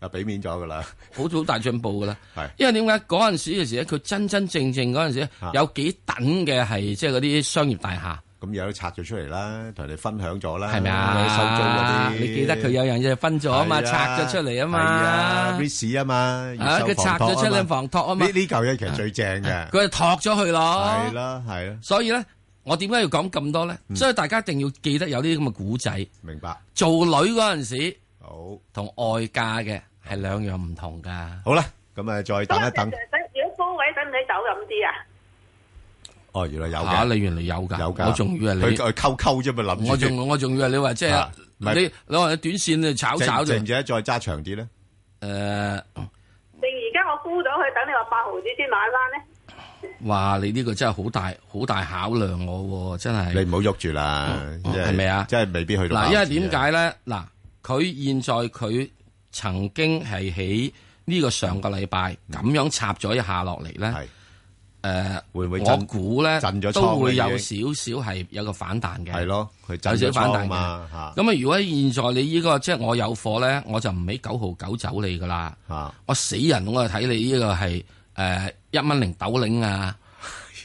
[SPEAKER 4] 啊俾面咗噶啦，
[SPEAKER 5] 好好大進步噶啦。
[SPEAKER 4] 係
[SPEAKER 5] 因為點解嗰陣時嘅時咧，佢真真正正嗰陣時咧
[SPEAKER 4] 啊
[SPEAKER 5] 有幾等嘅係即係嗰啲商業大廈，
[SPEAKER 4] 咁有都拆咗出嚟啦，同人哋分享咗啦，
[SPEAKER 5] 係咪
[SPEAKER 4] 有啲
[SPEAKER 5] 啊？
[SPEAKER 4] 收租嗰啲，
[SPEAKER 5] 你記得佢有樣嘢分咗啊嘛，
[SPEAKER 4] 係
[SPEAKER 5] 拆咗出嚟啊
[SPEAKER 4] 係啊
[SPEAKER 5] 嘛，
[SPEAKER 4] ，risk 啊嘛，
[SPEAKER 5] 啊
[SPEAKER 4] 越秀
[SPEAKER 5] 佢拆咗出嚟
[SPEAKER 4] 房
[SPEAKER 5] 房託啊
[SPEAKER 4] 託
[SPEAKER 5] 嘛
[SPEAKER 4] 啊嘛呢，呢嚿嘢其實最正嘅，
[SPEAKER 5] 佢就托咗去
[SPEAKER 4] 係
[SPEAKER 5] 咯。
[SPEAKER 4] 啦係啦，
[SPEAKER 5] 所以咧，我點解要講咁多咧？所以大家一定要記得有啲咁嘅古仔。
[SPEAKER 4] 明白，
[SPEAKER 5] 做女嗰陣時
[SPEAKER 4] 好，
[SPEAKER 5] 同外嫁嘅係兩樣唔同㗎。
[SPEAKER 4] 好啦，咁啊再等一等，
[SPEAKER 8] 如果高位等唔使走咁啲啊？
[SPEAKER 4] 哦原來有
[SPEAKER 5] 嚇
[SPEAKER 4] 嘅，
[SPEAKER 5] 你原來有㗎，
[SPEAKER 4] 有㗎，
[SPEAKER 5] 我仲以為
[SPEAKER 4] 佢
[SPEAKER 5] 你。
[SPEAKER 4] 佢溝溝啫嘛，諗住
[SPEAKER 5] 我仲我仲以為你話即係
[SPEAKER 4] 啊唔係
[SPEAKER 5] 你你話你短線你炒
[SPEAKER 4] 值
[SPEAKER 5] 炒
[SPEAKER 4] 值唔
[SPEAKER 5] 啫，
[SPEAKER 4] 值得再揸長啲咧？
[SPEAKER 5] 誒
[SPEAKER 8] 定而家我沽咗佢，等你話八毫子先買翻咧？
[SPEAKER 5] 哇！你呢個真係好大好大考量我喎，真係
[SPEAKER 4] 你唔好喐住啦，
[SPEAKER 5] 嗯
[SPEAKER 4] 即係
[SPEAKER 5] 係咪啊
[SPEAKER 4] 即係未必去到
[SPEAKER 5] 嗱，因為點
[SPEAKER 4] 爆
[SPEAKER 5] 解咧？嗱，佢現在佢曾經係喺呢個上個禮拜
[SPEAKER 4] 嗯
[SPEAKER 5] 咁樣插咗一下落嚟
[SPEAKER 4] 字啊？
[SPEAKER 5] 咧，誒，
[SPEAKER 4] 會唔會
[SPEAKER 5] 我
[SPEAKER 4] 震
[SPEAKER 5] 估咧
[SPEAKER 4] 震咗倉
[SPEAKER 5] 都會有
[SPEAKER 4] 啦
[SPEAKER 5] 少
[SPEAKER 4] 已
[SPEAKER 5] 少係有個反彈嘅，
[SPEAKER 4] 係係。咯，佢
[SPEAKER 5] 有
[SPEAKER 4] 震
[SPEAKER 5] 少
[SPEAKER 4] 咗
[SPEAKER 5] 少反
[SPEAKER 4] 倉
[SPEAKER 5] 彈
[SPEAKER 4] 嘛
[SPEAKER 5] 嘅，
[SPEAKER 4] 嚇
[SPEAKER 5] 咁啊，如果現在你呢個即係我有貨咧，我就唔俾九號九走你噶啦。
[SPEAKER 4] 嚇
[SPEAKER 5] 我死人，我就睇你呢個係誒一蚊零豆零啊，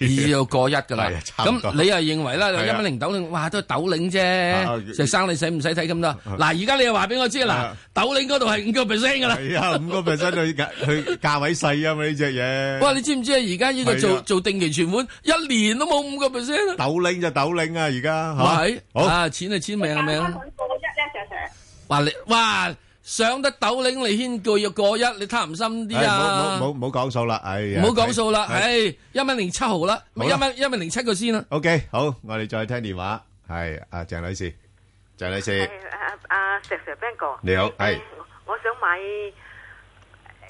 [SPEAKER 5] 二到過一噶啦
[SPEAKER 4] 係啊。差唔多
[SPEAKER 5] 咁你又認為啦，
[SPEAKER 4] 係
[SPEAKER 5] 一
[SPEAKER 4] 啊
[SPEAKER 5] 蚊零豆領，哇，都係豆領
[SPEAKER 4] 啊
[SPEAKER 5] 啫，石生你使唔使睇咁多？嗱，而家你又話俾我知嗱
[SPEAKER 4] 啊，
[SPEAKER 5] 豆領嗰度係五個 percent 噶啦。
[SPEAKER 4] 係啊，5%佢價-佢價位細啊嘛，呢隻嘢。
[SPEAKER 5] 哇，你知唔知啊？而家呢個
[SPEAKER 4] 係
[SPEAKER 5] 做
[SPEAKER 4] 啊
[SPEAKER 5] 做定期存款，一年都冇五個 percent 啊！
[SPEAKER 4] 豆領就豆領啊，而家，嚇。
[SPEAKER 5] 咪
[SPEAKER 4] 好，
[SPEAKER 5] 啊，錢係錢命係命啊。
[SPEAKER 8] 過一咧，石 Sir。
[SPEAKER 5] 哇你哇上得斗領你牽句要過一，你貪心啲啊！
[SPEAKER 4] 唉，冇-冇-冇講數啦，哎呀，
[SPEAKER 5] 唔好講數啦，
[SPEAKER 4] 係，係。
[SPEAKER 5] 唉，一蚊零七毫啦，咪
[SPEAKER 4] 好
[SPEAKER 5] 一
[SPEAKER 4] 啦
[SPEAKER 5] 蚊一蚊零七個先啦。
[SPEAKER 4] OK，好，我哋再聽電話。係，啊，鄭女士。鄭女士，
[SPEAKER 6] 阿阿石 Sir Ben 哥，
[SPEAKER 4] 你好，係。
[SPEAKER 6] 我想買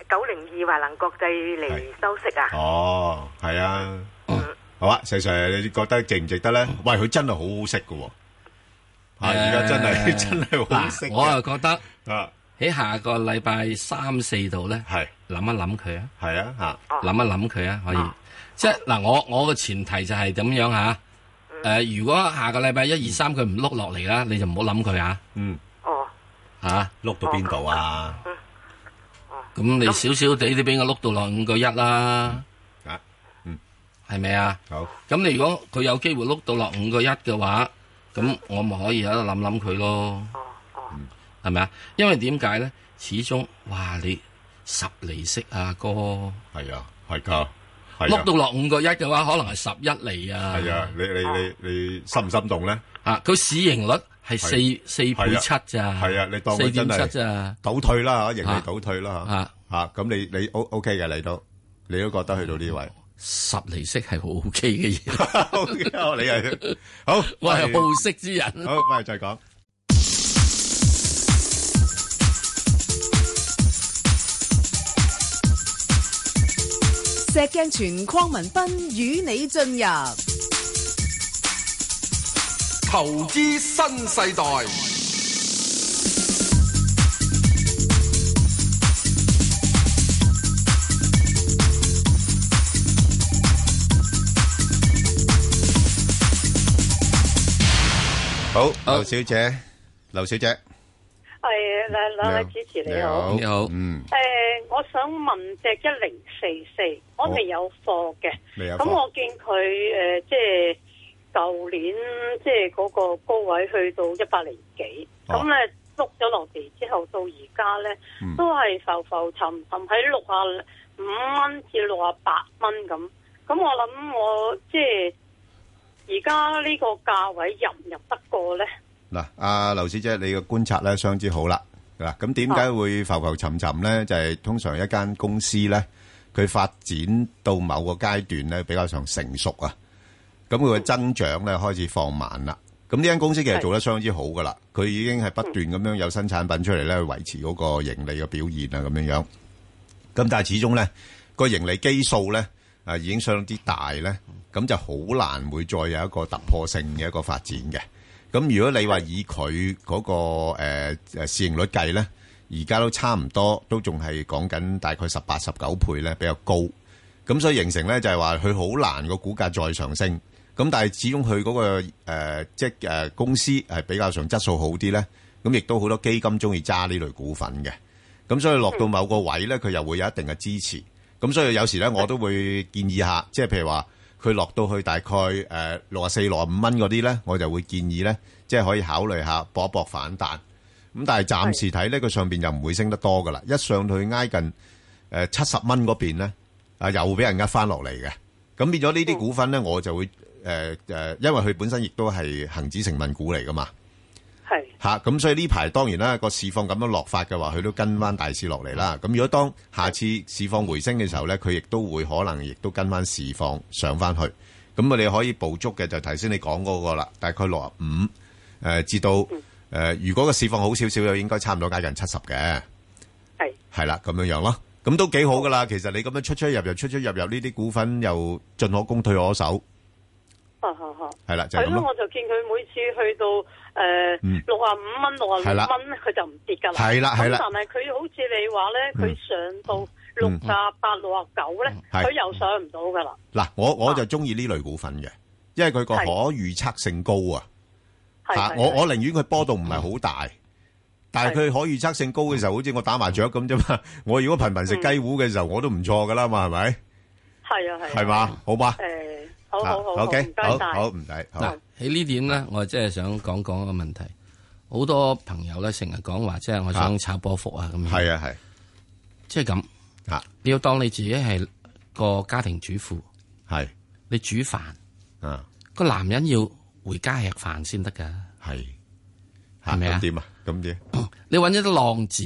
[SPEAKER 6] 九零二華能國際嚟收息啊。
[SPEAKER 4] 哦，係啊。好啊，石Sir，你覺得值唔值得呢？喂，佢真係好好食㗎喎。嚇，而家真係-
[SPEAKER 5] 誒，
[SPEAKER 4] 真係好好食嘅。
[SPEAKER 5] 嗱我啊覺得喺下個禮拜三四度咧，
[SPEAKER 4] 啊，係，係啊，嚇。
[SPEAKER 5] 諗一諗佢啊，諗一諗佢啊，可以。即係嗱，我我嘅前提就係咁樣吓。誒，如果下個禮拜一二三佢唔碌落嚟啦，你就唔好諗佢啊。
[SPEAKER 4] 嗯，
[SPEAKER 6] 哦，
[SPEAKER 5] 吓。
[SPEAKER 4] 碌到邊度啊？
[SPEAKER 5] 咁你少少地都俾我碌到落五個一啦，
[SPEAKER 4] 啊，
[SPEAKER 5] 係咪啊？
[SPEAKER 4] 好，
[SPEAKER 5] 咁你如果佢有機會碌到落五個一嘅話，咁我咪可以喺度諗諗佢咯，
[SPEAKER 6] 哦，哦，
[SPEAKER 5] 係咪啊？因為點解咧？始終哇，你十厘息啊哥，
[SPEAKER 4] 係啊，係噶，係
[SPEAKER 5] 碌
[SPEAKER 4] 啊，
[SPEAKER 5] 到落五個一嘅話，可能係十一厘啊。
[SPEAKER 4] 係啊，你你你你心唔心動咧？
[SPEAKER 5] 啊，佢市盈率係四四倍七咋，
[SPEAKER 4] 係啊，你當
[SPEAKER 5] 四
[SPEAKER 4] 佢
[SPEAKER 5] 點
[SPEAKER 4] 真
[SPEAKER 5] 七
[SPEAKER 4] 係
[SPEAKER 5] 咋，
[SPEAKER 4] 倒退啦嚇，盈利倒退啦嚇
[SPEAKER 5] 啊，
[SPEAKER 4] 嚇，咁你你 O O K 嘅，你都你都覺得去到呢位
[SPEAKER 5] 十厘息係好 OK 嘅嘢，
[SPEAKER 4] ，OK，你係好，
[SPEAKER 5] 我係
[SPEAKER 4] 喂
[SPEAKER 5] 好息之人。
[SPEAKER 4] 好，喂，再講
[SPEAKER 2] 石鏡泉匡文斌與你進入
[SPEAKER 3] 投資新世代，
[SPEAKER 4] 好，劉小姐，劉小姐，
[SPEAKER 8] 係兩兩
[SPEAKER 4] 啊
[SPEAKER 8] 位主持你好。
[SPEAKER 5] 你好
[SPEAKER 4] 嗯，
[SPEAKER 8] 誒、呃我想問只一零四四，我
[SPEAKER 4] 好
[SPEAKER 8] 未有貨嘅。
[SPEAKER 4] 哦未有貨
[SPEAKER 8] 咁我見佢誒、即係舊年即係嗰個高位去到一百零幾，
[SPEAKER 4] 哦
[SPEAKER 8] 咁咧碌咗落地之後，到而家咧
[SPEAKER 4] 嗯
[SPEAKER 8] 都係浮浮沉沉喺六啊五蚊至六啊八蚊咁。咁我諗我即係而家呢個價位入唔入得過咧？
[SPEAKER 4] 嗱，阿劉小姐，你嘅觀察咧相之好啦。嗱，咁點解會浮浮沉沉咧？就係通常一間公司咧，佢發展到某個階段咧，比較上成熟啊。咁佢嘅增長咧開始放慢啦。咁呢間公司其實做得相當之好噶啦，佢已經係不斷咁樣有新產品出嚟咧，去維持嗰個盈利嘅表現啊，咁樣樣。咁但係始終咧個盈利基數咧啊已經相當之大咧，咁就好難會再有一個突破性嘅一個發展嘅。咁如果你話以佢嗰、個誒誒市盈率計咧，而家都差唔多，都仲係講緊大概十八十九倍咧，比較高。咁所以形成咧就係話佢好難個股價再上升。咁但係始終佢嗰、個、呃、即係誒、呃公司係比較上質素好啲咧，咁亦都好多基金中意揸呢類股份嘅。咁所以落到某個位咧，佢又會有一定嘅支持。咁所以有時咧，我都會建議下，即係譬如話佢落到去大概誒六啊四、六啊五蚊嗰啲咧，我就會建議咧，即係可以考慮下搏一搏反彈。咁但係暫時睇咧，佢上邊就唔會升得多噶啦。一上到去挨近誒七十蚊嗰邊咧，啊又俾人呃翻落嚟嘅。咁變咗呢啲股份咧，我就會誒誒、呃因為佢本身亦都係恒指成分股嚟噶嘛。
[SPEAKER 8] 係
[SPEAKER 4] 吓，咁所以呢排當然啦，個市況咁樣落發嘅話，佢都跟翻大市落嚟啦。咁如果當下次市況回升嘅時候呢，佢亦都會可能亦都跟翻市況上翻去。咁我哋可以捕捉嘅就頭先你講嗰個啦，大概六啊五誒至到誒、呃如果個市況好少少，又應該差唔多接近七十嘅。
[SPEAKER 8] 係
[SPEAKER 4] 係啦，咁樣樣咯，咁都幾好噶啦。其實你咁樣出出入入、出出入入呢啲股份又進可攻退可守，
[SPEAKER 8] 啊啊啊！
[SPEAKER 4] 係啦，就係
[SPEAKER 8] 係
[SPEAKER 4] 咁
[SPEAKER 8] 咯，
[SPEAKER 4] 咯。
[SPEAKER 8] 我就見佢每次去到誒
[SPEAKER 4] 嗯
[SPEAKER 8] 六啊五蚊、六啊
[SPEAKER 4] 係啦
[SPEAKER 8] 六蚊，佢就唔跌㗎啦。
[SPEAKER 4] 係啦係啦
[SPEAKER 8] 咁但係佢好似你話咧，
[SPEAKER 4] 嗯
[SPEAKER 8] 佢上到六啊八、六啊九咧，
[SPEAKER 4] 係
[SPEAKER 8] 佢又上唔到㗎啦。
[SPEAKER 4] 嗱，我我就中意呢類股份嘅，因為佢個可
[SPEAKER 8] 係
[SPEAKER 4] 預測性高啊。
[SPEAKER 8] 係
[SPEAKER 4] 嚇，
[SPEAKER 8] 係
[SPEAKER 4] 啊我
[SPEAKER 8] 係
[SPEAKER 4] 我寧願佢波動唔係好大，但係佢可預測性高嘅時候，好似我打麻雀咁啫嘛。 我如果頻頻食雞糊嘅時候，我都唔錯噶啦嘛，係咪？
[SPEAKER 8] 係啊係啊
[SPEAKER 4] 係嘛？好嘛？
[SPEAKER 8] 誒好好好，
[SPEAKER 4] OK，
[SPEAKER 8] 唔該
[SPEAKER 4] 好，
[SPEAKER 8] 晒。
[SPEAKER 4] 好，唔使，好。
[SPEAKER 5] 嗱，喺呢點咧，我即係想講講一個問題。好多朋友咧成日講話，即係我想炒波幅啊咁樣。
[SPEAKER 4] 係啊，係，嚇，
[SPEAKER 5] 即係咁，
[SPEAKER 4] 啊
[SPEAKER 5] 你要當你自己係個家庭主婦，你煮飯，個男人要回家吃飯先得㗎。
[SPEAKER 4] 係，啊，係，嚇，
[SPEAKER 5] 係咪啊？
[SPEAKER 4] 咁點啊？咁點？啊，
[SPEAKER 5] 你揾一啲浪子，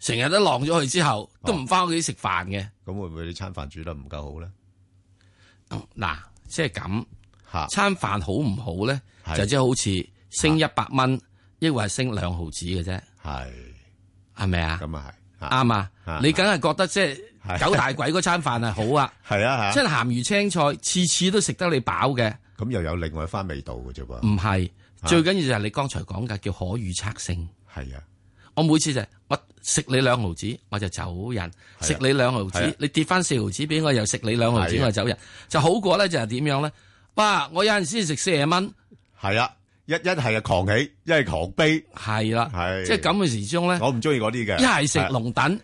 [SPEAKER 5] 成日都浪咗去之後，
[SPEAKER 4] 哦
[SPEAKER 5] 都唔翻屋企食飯嘅。
[SPEAKER 4] 咁會唔會你餐飯煮得唔夠好呢？嚇，
[SPEAKER 5] 嗱，即係咁，
[SPEAKER 4] 啊
[SPEAKER 5] 餐飯好唔好咧？就即係好似升一百蚊，抑或係升兩毫子嘅啫，係咪啊？
[SPEAKER 4] 係，咁啊係，嚇，
[SPEAKER 5] 啱啊
[SPEAKER 4] 啊！
[SPEAKER 5] 你梗係覺得即
[SPEAKER 4] 係
[SPEAKER 5] 係九大鬼嗰餐飯係好啊，
[SPEAKER 4] 係啊，嚇，
[SPEAKER 5] 即係鹹魚青菜次次都食得你飽嘅，
[SPEAKER 4] 咁又有另外一番味道嘅啫噃，
[SPEAKER 5] 唔係
[SPEAKER 4] 啊
[SPEAKER 5] 最緊要就係你剛才講嘅叫可預測性。
[SPEAKER 4] 係啊，係啊，
[SPEAKER 5] 我每次就係我食你兩毫子，我就走人；
[SPEAKER 4] 啊
[SPEAKER 5] 食你兩毫
[SPEAKER 4] 係啊
[SPEAKER 5] 子，你跌翻四毫子俾我，又食你兩毫子，
[SPEAKER 4] 係啊
[SPEAKER 5] 我就走人，就好過咧就係點樣咧？哇！我有陣時食四十蚊，
[SPEAKER 4] 啊一-一係就狂喜，一係狂悲，係，
[SPEAKER 5] 係啦，即係咁嘅時鐘咧，
[SPEAKER 4] 我唔鍾意嗰啲嘅，啊
[SPEAKER 5] 一係食龍躉，